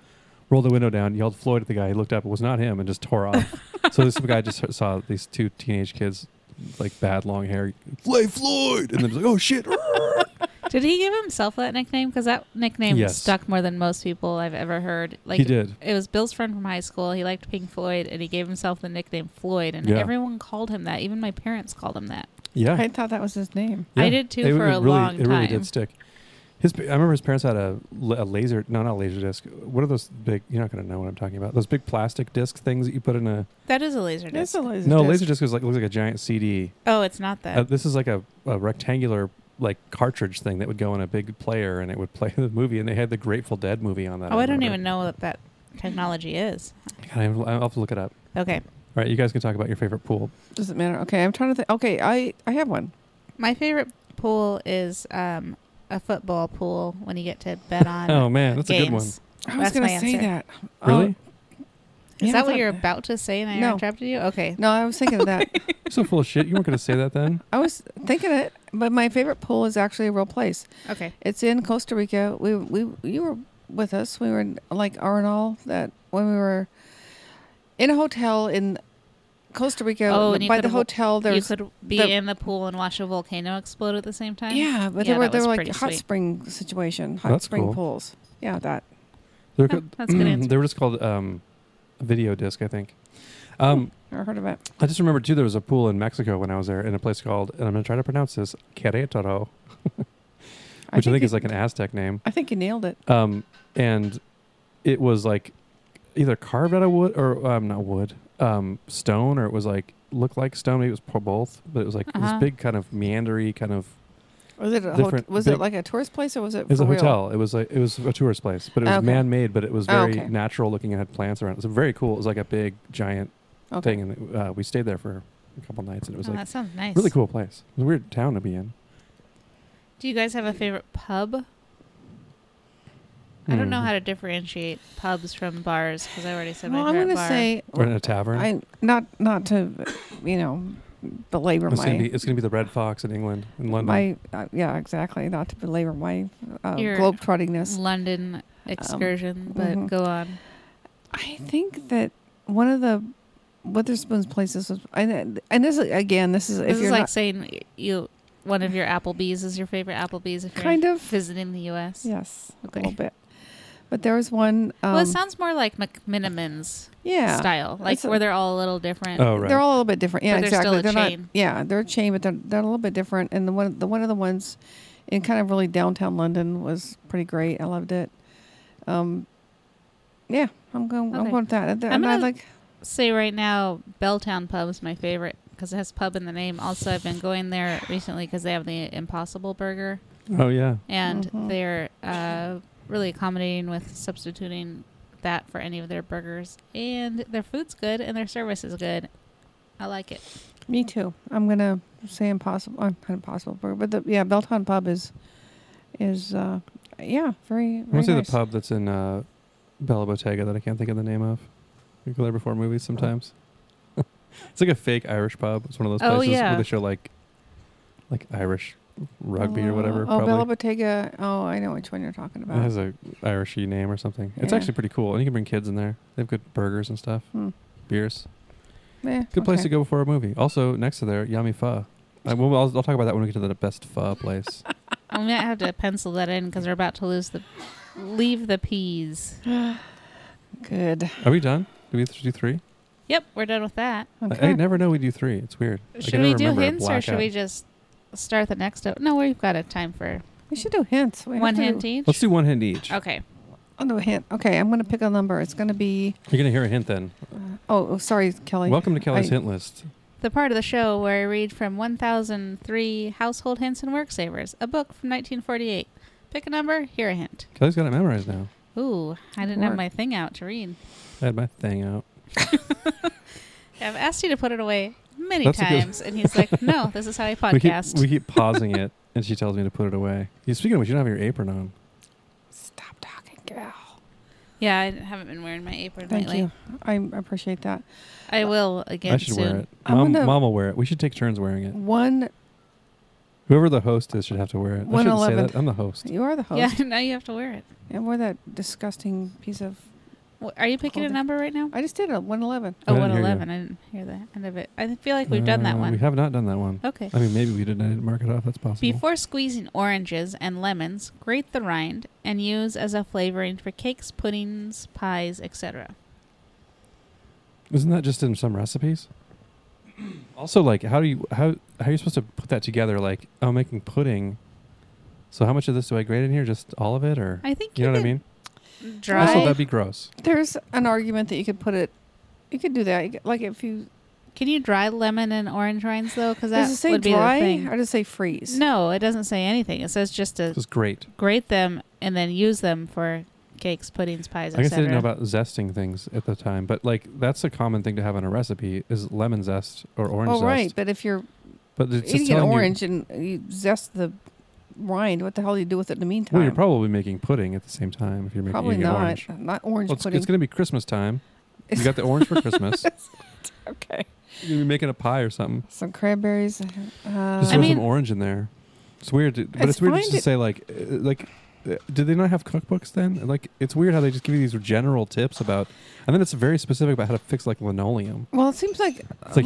rolled the window down, yelled Floyd at the guy. He looked up, it was not him, and just tore off. so this guy just saw these two teenage kids, like bad long hair, play Floyd, and then was like, oh shit. Did he give himself that nickname? Because that nickname Yes. stuck more than most people I've ever heard. Like he did. It was Bill's friend from high school. He liked Pink Floyd, and he gave himself the nickname Floyd, and Yeah. everyone called him that. Even my parents called him that. Yeah. I thought that was his name. I did too for a really, long It really time. did stick. His, pa- I remember his parents had a, la- a laser, no, not a laser disc. What are those big? You're not going to know what I'm talking about. Those big plastic disc things that you put in a. That is a laser It's disc. a laser no, disc. laser disc is like looks like a giant CD. oh, it's not that. Uh, this is like a, a rectangular like cartridge thing that would go in a big player and it would play the movie. And they had the Grateful Dead movie on that. oh, I don't remember. even know what that technology is. God, I have- I'll have to look it up. Okay, All right, you guys can talk about your favorite pool. Doesn't matter. Okay, I'm trying to think. Okay, I I have one. my favorite pool is um, a football pool when you get to bet on. oh man, that's a games. good one. I was That's going my to say answer. that. Oh, Really? Is yeah, I that what thought- you're about to say? And I No. interrupted you. Okay. No, I was thinking of that. You're so full of shit. You weren't going to say that then. I was thinking it, but my favorite pool is actually a real place. Okay. It's in Costa Rica. We we you were with us. We were in like Arenal that when we were in a hotel in Costa Rica. Oh, and you by could the wa- hotel You there's could be the- in the pool and watch a volcano explode at the same time. yeah, but Yeah, they were that they was were like pretty hot sweet. spring situation, hot That's spring cool. pools. Yeah, that. They're Huh, co- that's a good answer. they were just called um, video disc, I think. Um, Never heard of it. I just remember too. There was a pool in Mexico when I was there, in a place called, and I'm going to try to pronounce this, Querétaro, which I think, you- is like an Aztec name. I think you nailed it. Um, and it was like either carved out of wood or um, not wood, um, stone, or it was like looked like stone. Maybe it was po- both, but it was like Uh-huh. this big kind of meandery kind of. Was it a hot Different was big- it like a tourist place or was it? It was for a real? hotel. It was like it was a tourist place, but it was Okay. man-made, but it was Oh, very okay. natural looking. It had plants around. It was very cool. It was like a big giant Okay. thing, and uh, we stayed there for a couple nights, and it was Oh, like that sounds nice. really cool place. It was a weird town to be in. Do you guys have a favorite pub? I don't know Hmm. how to differentiate pubs from bars because I already said Well, my I'm favorite gonna bar. say Or in a tavern. I not not to you know belabor it's gonna my be it's gonna be the Red Fox in England in London. my uh, yeah exactly not to belabor my uh, Your- globetrottingness. London excursion, but mhm. go on. I think that one of the Witherspoon's places was and, and this is- again this is if This you're is like not, saying you one of your Applebee's is your favorite Applebee's if you're kind of visiting the U.S. yes Okay. a little bit, but there was one um, well, it sounds more like McMiniman's yeah style, like It's a- where they're all a little different. oh right. They're all a little bit different. Yeah, But they're still exactly. a they're chain. not. Yeah, they're a chain, but they're, they're a little bit different. And the one, the one of the ones in kind of really downtown London was pretty great. I loved it. Um, Yeah, I'm going. I'm Okay. going with that. I'm, I'm not gonna- like say right now, Belltown Pub is my favorite because it has pub in the name. Also, I've been going there recently because they have the Impossible Burger, Oh yeah. and Mhm. they're uh, really accommodating with substituting that for any of their burgers. And their food's good, and their service is good. I like it. me too. I'm gonna say impossible. uh, Not impossible, but but the, yeah, Belton Pub is is uh yeah I very. want to very say nice. the pub that's in uh, Bella Bottega that I can't think of the name of. We go there before movies sometimes. it's like a fake Irish pub. It's one of those Oh, places yeah. where they show like, like Irish rugby or Oh, whatever. Oh, probably Bella Bottega. Oh, I know which one you're talking it about. has a Irishy name or something. It's Yeah. actually pretty cool, and you can bring kids in there. They have good burgers and stuff, Hmm. beers. Eh, Good place okay. to go before a movie. Also, next to there, Yummy Pho. I, will I'll, I'll talk about that when we get to the best pho place. I might have to pencil that in because we're about to lose the leave the peas. Good. Are we done? Do we do three? Yep, we're done with that. I, I Okay. never know we do three. It's weird. Like, I Should never we do remember. I hints or black should out. we just start the next? O- no, we've got a time for We should do hints. We have one to hint each. Let's do one hint each. Okay. I'll do a hint. Okay, I'm gonna pick a number. It's gonna be. You're gonna hear a hint then. Oh, oh, sorry, Kelly. Welcome to Kelly's I- hint list. The part of the show where I read from 1003 Household Hints and Work Savers, a book from 1948. Pick a number, hear a hint. Kelly's got it memorized now. Ooh, I didn't have Work. my thing out to read. I had my thing out. I've asked you to put it away many That's a good- times, and he's like, no, this is how I We keep, podcast. we keep pausing it, and she tells me to put it away. You speaking of which, you don't have your apron on. Stop talking, gal. yeah, I haven't been wearing my apron Thank lately. you. I appreciate that. I will again I should soon. wear it. I'm Mom, gonna- Mom will wear it. We should take turns wearing it. One, Whoever the host is should have to wear it. I shouldn't say 111. that. I'm the host. you are the host, Yeah, now you have to wear it. and we're that disgusting piece of. Wh- Are you picking a Hold it. number right now? I just did a one eleven. I Oh, didn't hear you. 111. I didn't hear the end of it. I feel like we've done that Uh, one. We have not done that one. okay. I mean, maybe we did. and I didn't mark it off. That's possible. Before squeezing oranges and lemons, grate the rind and use as a flavoring for cakes, puddings, pies, etc. Isn't that just in some recipes? Also, like, how do you how how are you supposed to put that together? Like, oh, I'm making pudding. So how much of this do I grate in here? Just all of it, or I think you know what I mean? mean. Also, Dry. that'd be gross. There's an argument that you could put it. You could do that. You could- like if you Can you dry lemon and orange rinds though? Because that does it say would be the dry thing. or does it say freeze? No, it doesn't say anything. It says just to Just grate. grate them and then use them for cakes, puddings, pies, I guess I didn't know etc. about zesting things at the time, but like that's a common thing to have on a recipe is lemon zest or orange oh zest. right, but if you're But it's just eating an telling orange and you zest the rind, what the hell do you do with it in the You, meantime? well, you're probably making pudding at the same time if you're making Probably eating not. an orange. Not orange Well, it's, pudding. it's going to be Christmas time. You got the orange for Christmas. okay. You're going to be making a pie or something. Some cranberries. Uh, Just I throw mean- some orange in there. It's weird, to, but It's it's, weird fine just to to- say like, uh, like, uh, did they not have cookbooks then? Like, it's weird how they just give you these general tips about, and then it's very specific about how to fix like linoleum. well, it seems like It's like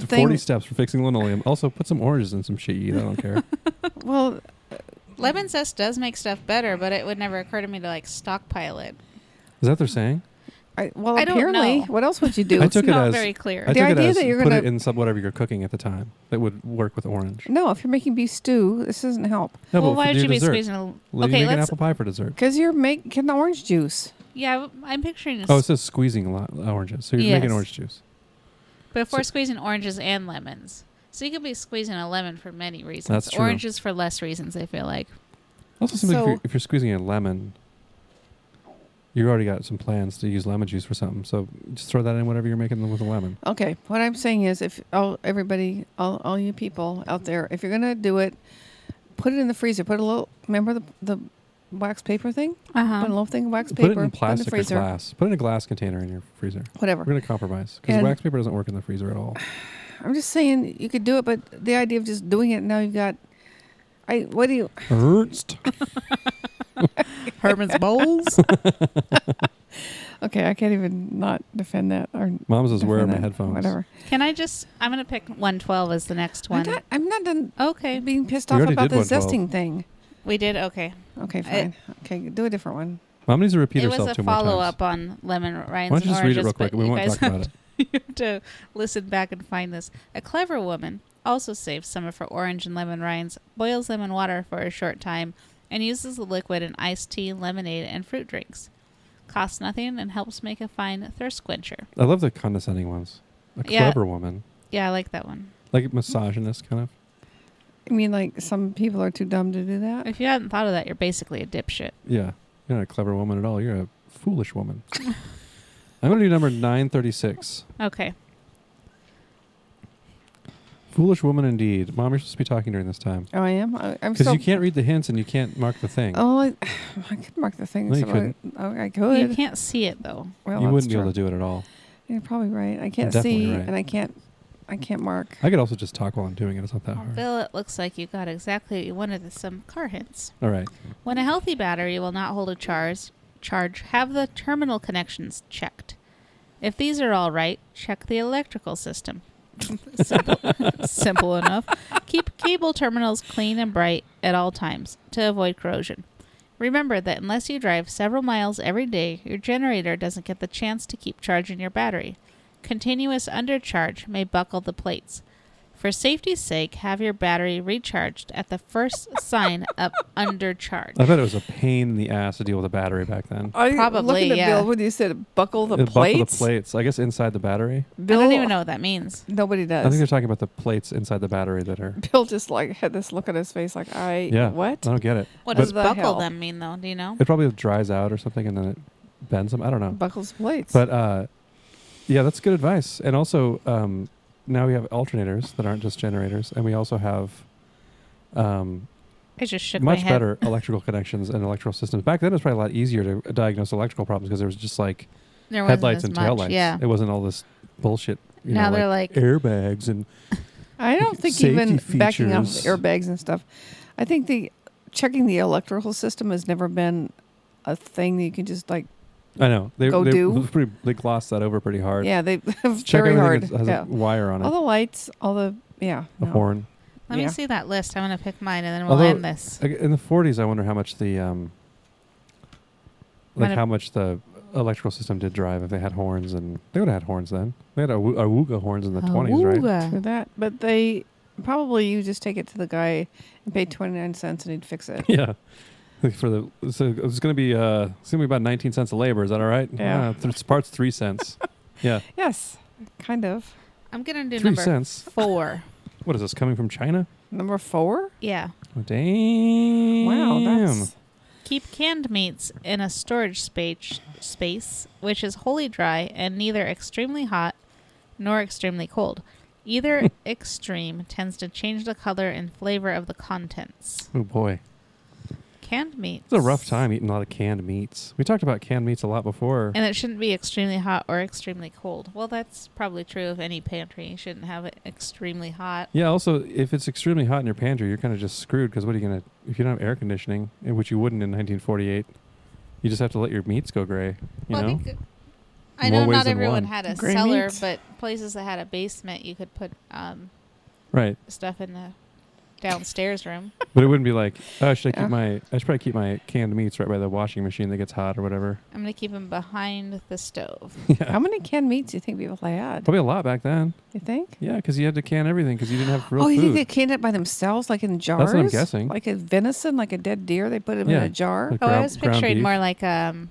here's the thing. forty steps for fixing linoleum. Also, put some oranges in some shit you eat. I don't care. well, Lemon zest does make stuff better, but it would never occur to me to like stockpile it. Is that what they're saying? I, well, I don't apparently, know. what else would you do? I took it's it not as- very clear. I The took it idea as that you're put gonna- it in some whatever you're cooking at the time that would work with orange. no, if you're making beef stew, this doesn't help No, well, but why for would your you be dessert, squeezing? A, Lady, okay, make an let's. apple pie for dessert. because you're making the orange juice. Yeah, I'm picturing a Oh, it says squeezing a lot oranges. So you're making Yes. orange juice. Before So- squeezing oranges and lemons. So you could be squeezing a lemon for many reasons. That's true. Oranges for less reasons, I feel like. Also, seems like if So- you're, if you're squeezing a lemon, you already got some plans to use lemon juice for something. So just throw that in whatever you're making with a lemon. Okay, what I'm saying is, if all everybody, all, all you people out there, if you're gonna do it, put it in the freezer. Put a little. Remember the the wax paper thing? Put a Uh-huh. little thing of wax Um, Put paper. it in plastic the or freezer. glass. Put it in a glass container in your freezer. Whatever. We're going to compromise because And- wax paper doesn't work in the freezer at all. I'm just saying you could do it, but the idea of just doing it now, you've got. I what do you? Ernst. Herman's bowls. Okay, I can't even not defend that or. Mom's is wearing defend my that, headphones. Whatever. Can I just I'm gonna pick one twelve as the next I'm one. not, I'm not done Okay. being pissed We off already about did the one, Paul. zesting thing. We did okay. Okay, I- fine. okay, do a different one. Mom needs to repeat it herself was a two more times. follow up on lemon Why rinds don't you and just oranges. read it real quick? but We you won't guys talk about it. you have to listen back and find this. A clever woman also saves some of her orange and lemon rinds, boils them in water for a short time, and uses the liquid in iced tea, lemonade, and fruit drinks. costs nothing, and helps make a fine thirst quencher. I love the condescending ones. A Yeah. clever woman, Yeah, I like that one. like misogynist kind of. I mean, like some people are too dumb to do that. If you hadn't thought of that, you're basically a dipshit. Yeah, you're not a clever woman at all. You're a foolish woman. I'm gonna do number nine thirty six. Okay. Foolish woman indeed. Mom, you're supposed to be talking during this time Oh, I am. I, I'm because still. you can't read the hints and you can't mark the thing. Oh, I, I could mark the thing. No, you so I, oh, I could. You can't see it though. well, you that's wouldn't be true. able to do it at all. You're probably right. I can't definitely see, right. and I can't. I can't mark. I could also just talk while I'm doing it. It's not that Oh, hard. Bill, it looks like you got exactly what you wanted with some car hints. All right. When a healthy battery will not hold a charge, charge have the terminal connections checked. If these are all right, check the electrical system. simple, simple enough. Keep cable terminals clean and bright at all times to avoid corrosion. Remember that unless you drive several miles every day, your generator doesn't get the chance to keep charging your battery. Continuous undercharge may buckle the plates. For safety's sake, have your battery recharged at the first sign of undercharge. I bet it was a pain in the ass to deal with a battery back then. I, Probably, looking at yeah. Bill when you said buckle the It'd Uh, buckle the plates. plates. I guess inside the battery. Bill, I don't even know what that means. Nobody does. I think they're talking about the plates inside the battery that are. Bill just like had this look on his face, like I Yeah. what? I don't get it. What But- does the buckle hell? them mean, though? Do you know? It probably dries out or something, and then it bends them. I don't know. Buckles plates. But uh, yeah, that's good advice. And also, um, now we have alternators that aren't just generators, and we also have um, I just shook my much head. better electrical connections and electrical systems. Back then, it was probably a lot easier to diagnosis electrical problems because there was just like There wasn't headlights as and much, taillights. Yeah. It wasn't all this bullshit. You now know, they're like, airbags and I don't think even safety backing up features. airbags and stuff. I think the checking the electrical system has never been a thing that you can just like. I know they Go they, do. pretty, they glossed that over pretty hard. Yeah, they Check very everything hard. that's- has Yeah. a wire on it, All the lights, all the yeah. a no. horn. let yeah. me see that list. I'm going to pick mine and then we'll Although- end this. Like, In the 40s, I wonder how much the um, like Might have- how much the electrical system did drive if they had horns and they would have had horns then. They had awu- awooga horns in the 20s, right? for Awooga. that. But they probably you just take it to the guy and Mm. pay twenty nine cents and he'd fix it. Yeah. Like, For the so it's gonna be uh it's gonna be about 19 cents a labor. Is that all right? Uh, Yeah. th- it's parts three cents. yeah. Yes, kind of. I'm going to do three number cents. four. What is this coming from China? Number four. Yeah. Oh, damn. Wow, that's Keep canned meats in a storage space, space which is wholly dry and neither extremely hot nor extremely cold. Either extreme tends to change the color and flavor of the contents. oh boy. Canned meats. It's a rough time eating a lot of canned meats. We talked about canned meats a lot before. And it shouldn't be extremely hot or extremely cold. Well, that's probably true of any pantry. You shouldn't have it extremely hot. Yeah. Also, if it's extremely hot in your pantry, you're kind of just screwed because what are you gonna? If you don't have air conditioning, eh, which you wouldn't in 1948, you just have to let your meats go gray. You well, I, know. think, I More know ways not than everyone one. had a Gray cellar, meats. but places that had a basement, you could put um, Right. stuff in the downstairs room. But it wouldn't be like, oh, should I Yeah. keep my? I should probably keep my canned meats right by the washing machine that gets hot or whatever. I'm going to keep them behind the stove. yeah. How many canned meats do you think people had? Probably a lot back then. You think? Yeah, because you had to can everything because you didn't have real oh, you food. think they canned it by themselves, like in jars? what I'm guessing. Like a venison, like a dead deer, they put it in Yeah. a jar. Like Oh, I ground- was ground picturing beef. more like um,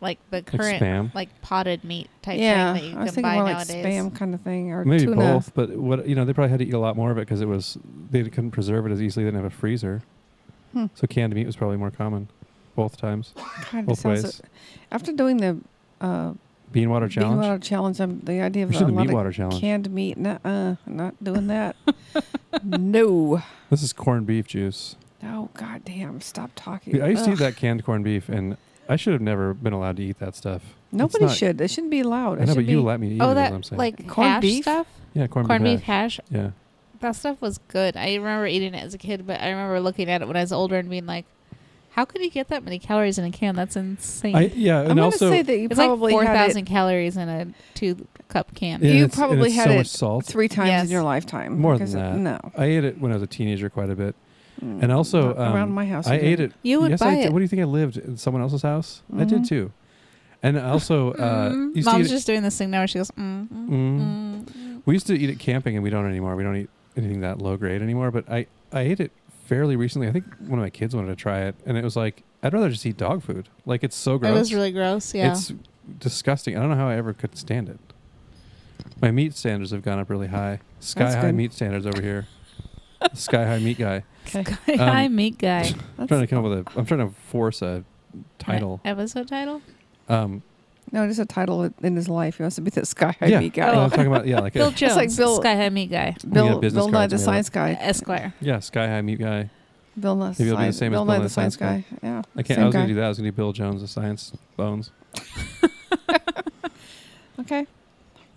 like the current spam. like potted meat type yeah, thing that I you was can thinking buy more like nowadays. spam kind of thing or Maybe tuna. both, but what you know, they probably had to eat a lot more of it because it was they couldn't preserve it as easily. They didn't have a freezer, Hmm. so canned meat was probably more common, both times, Kind of both sounds. ways. After doing the uh, Bean water bean challenge. water challenge, I'm, the idea of We a should do the lot meat of water challenge. canned meat, nuh-uh, not doing that. no. This is corned beef juice. Oh God damn! Stop talking. Dude, I used to Ugh. eat that canned corned beef, and I should have never been allowed to eat that stuff. It's Nobody not- should. It shouldn't be allowed. I It know, should but you be- let me eat it. Oh, is that what I'm saying. like Corned hash beef? stuff, yeah, corned, corned beef. beef hash. hash. Yeah, That stuff was good. I remember eating it as a kid, but I remember looking at it when I was older and being like, "How could you get that many calories in a can? That's insane." I, yeah, I'm and gonna also say that you it's like probably four had it thousand calories in a two cup can. and you it's- and probably it's had so it much salt. three times Yes. in your lifetime. More because than of- that. No. I ate it when I was a teenager quite a bit, Mm, and also not around um, my house, I you ate it. didn't. You would yes, buy I did. it. What do you think? I lived in someone else's house. I did Mhm. too, and I also uh, used Mm. to eat Mom's it- just doing this thing now where she goes, mm, mm, Mm. mm, mm. We used to eat it camping, and we don't anymore. We don't eat anything that low grade anymore. But I, I ate it fairly recently. I think one of my kids wanted to try it, and it was like I'd rather just eat dog food. Like it's so gross. It was really gross. Yeah. It's disgusting. I don't know how I ever could stand it. My meat standards have gone up really high. Sky That's high good. meat standards over here. Sky high meat guy. Okay. Hi, um, meat guy. I'm trying to come up with a. I'm trying to force a title. E- Episode title? Um, No, just a title in his life. He wants to be the sky high yeah, meat no, guy. I'm talking about yeah, like Bill a, Jones. like Bill- Sky High Meat Guy. Yeah, Bill, business Bill Nye cards the made up. science guy. Esquire. yeah, sky high meat guy. Bill Nye, Maybe it'll be the science, same as Bill Nye the science guy. Yeah. I can't. same I was guy. gonna do that. I was gonna do Bill Jones, the science bones. Okay.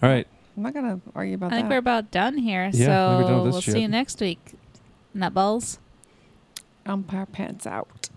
All right. I'm not going to argue I about think we're that. about done here. Yeah, I think we're done so with this we'll shit. see you next week. Nutballs. Umpire pants out.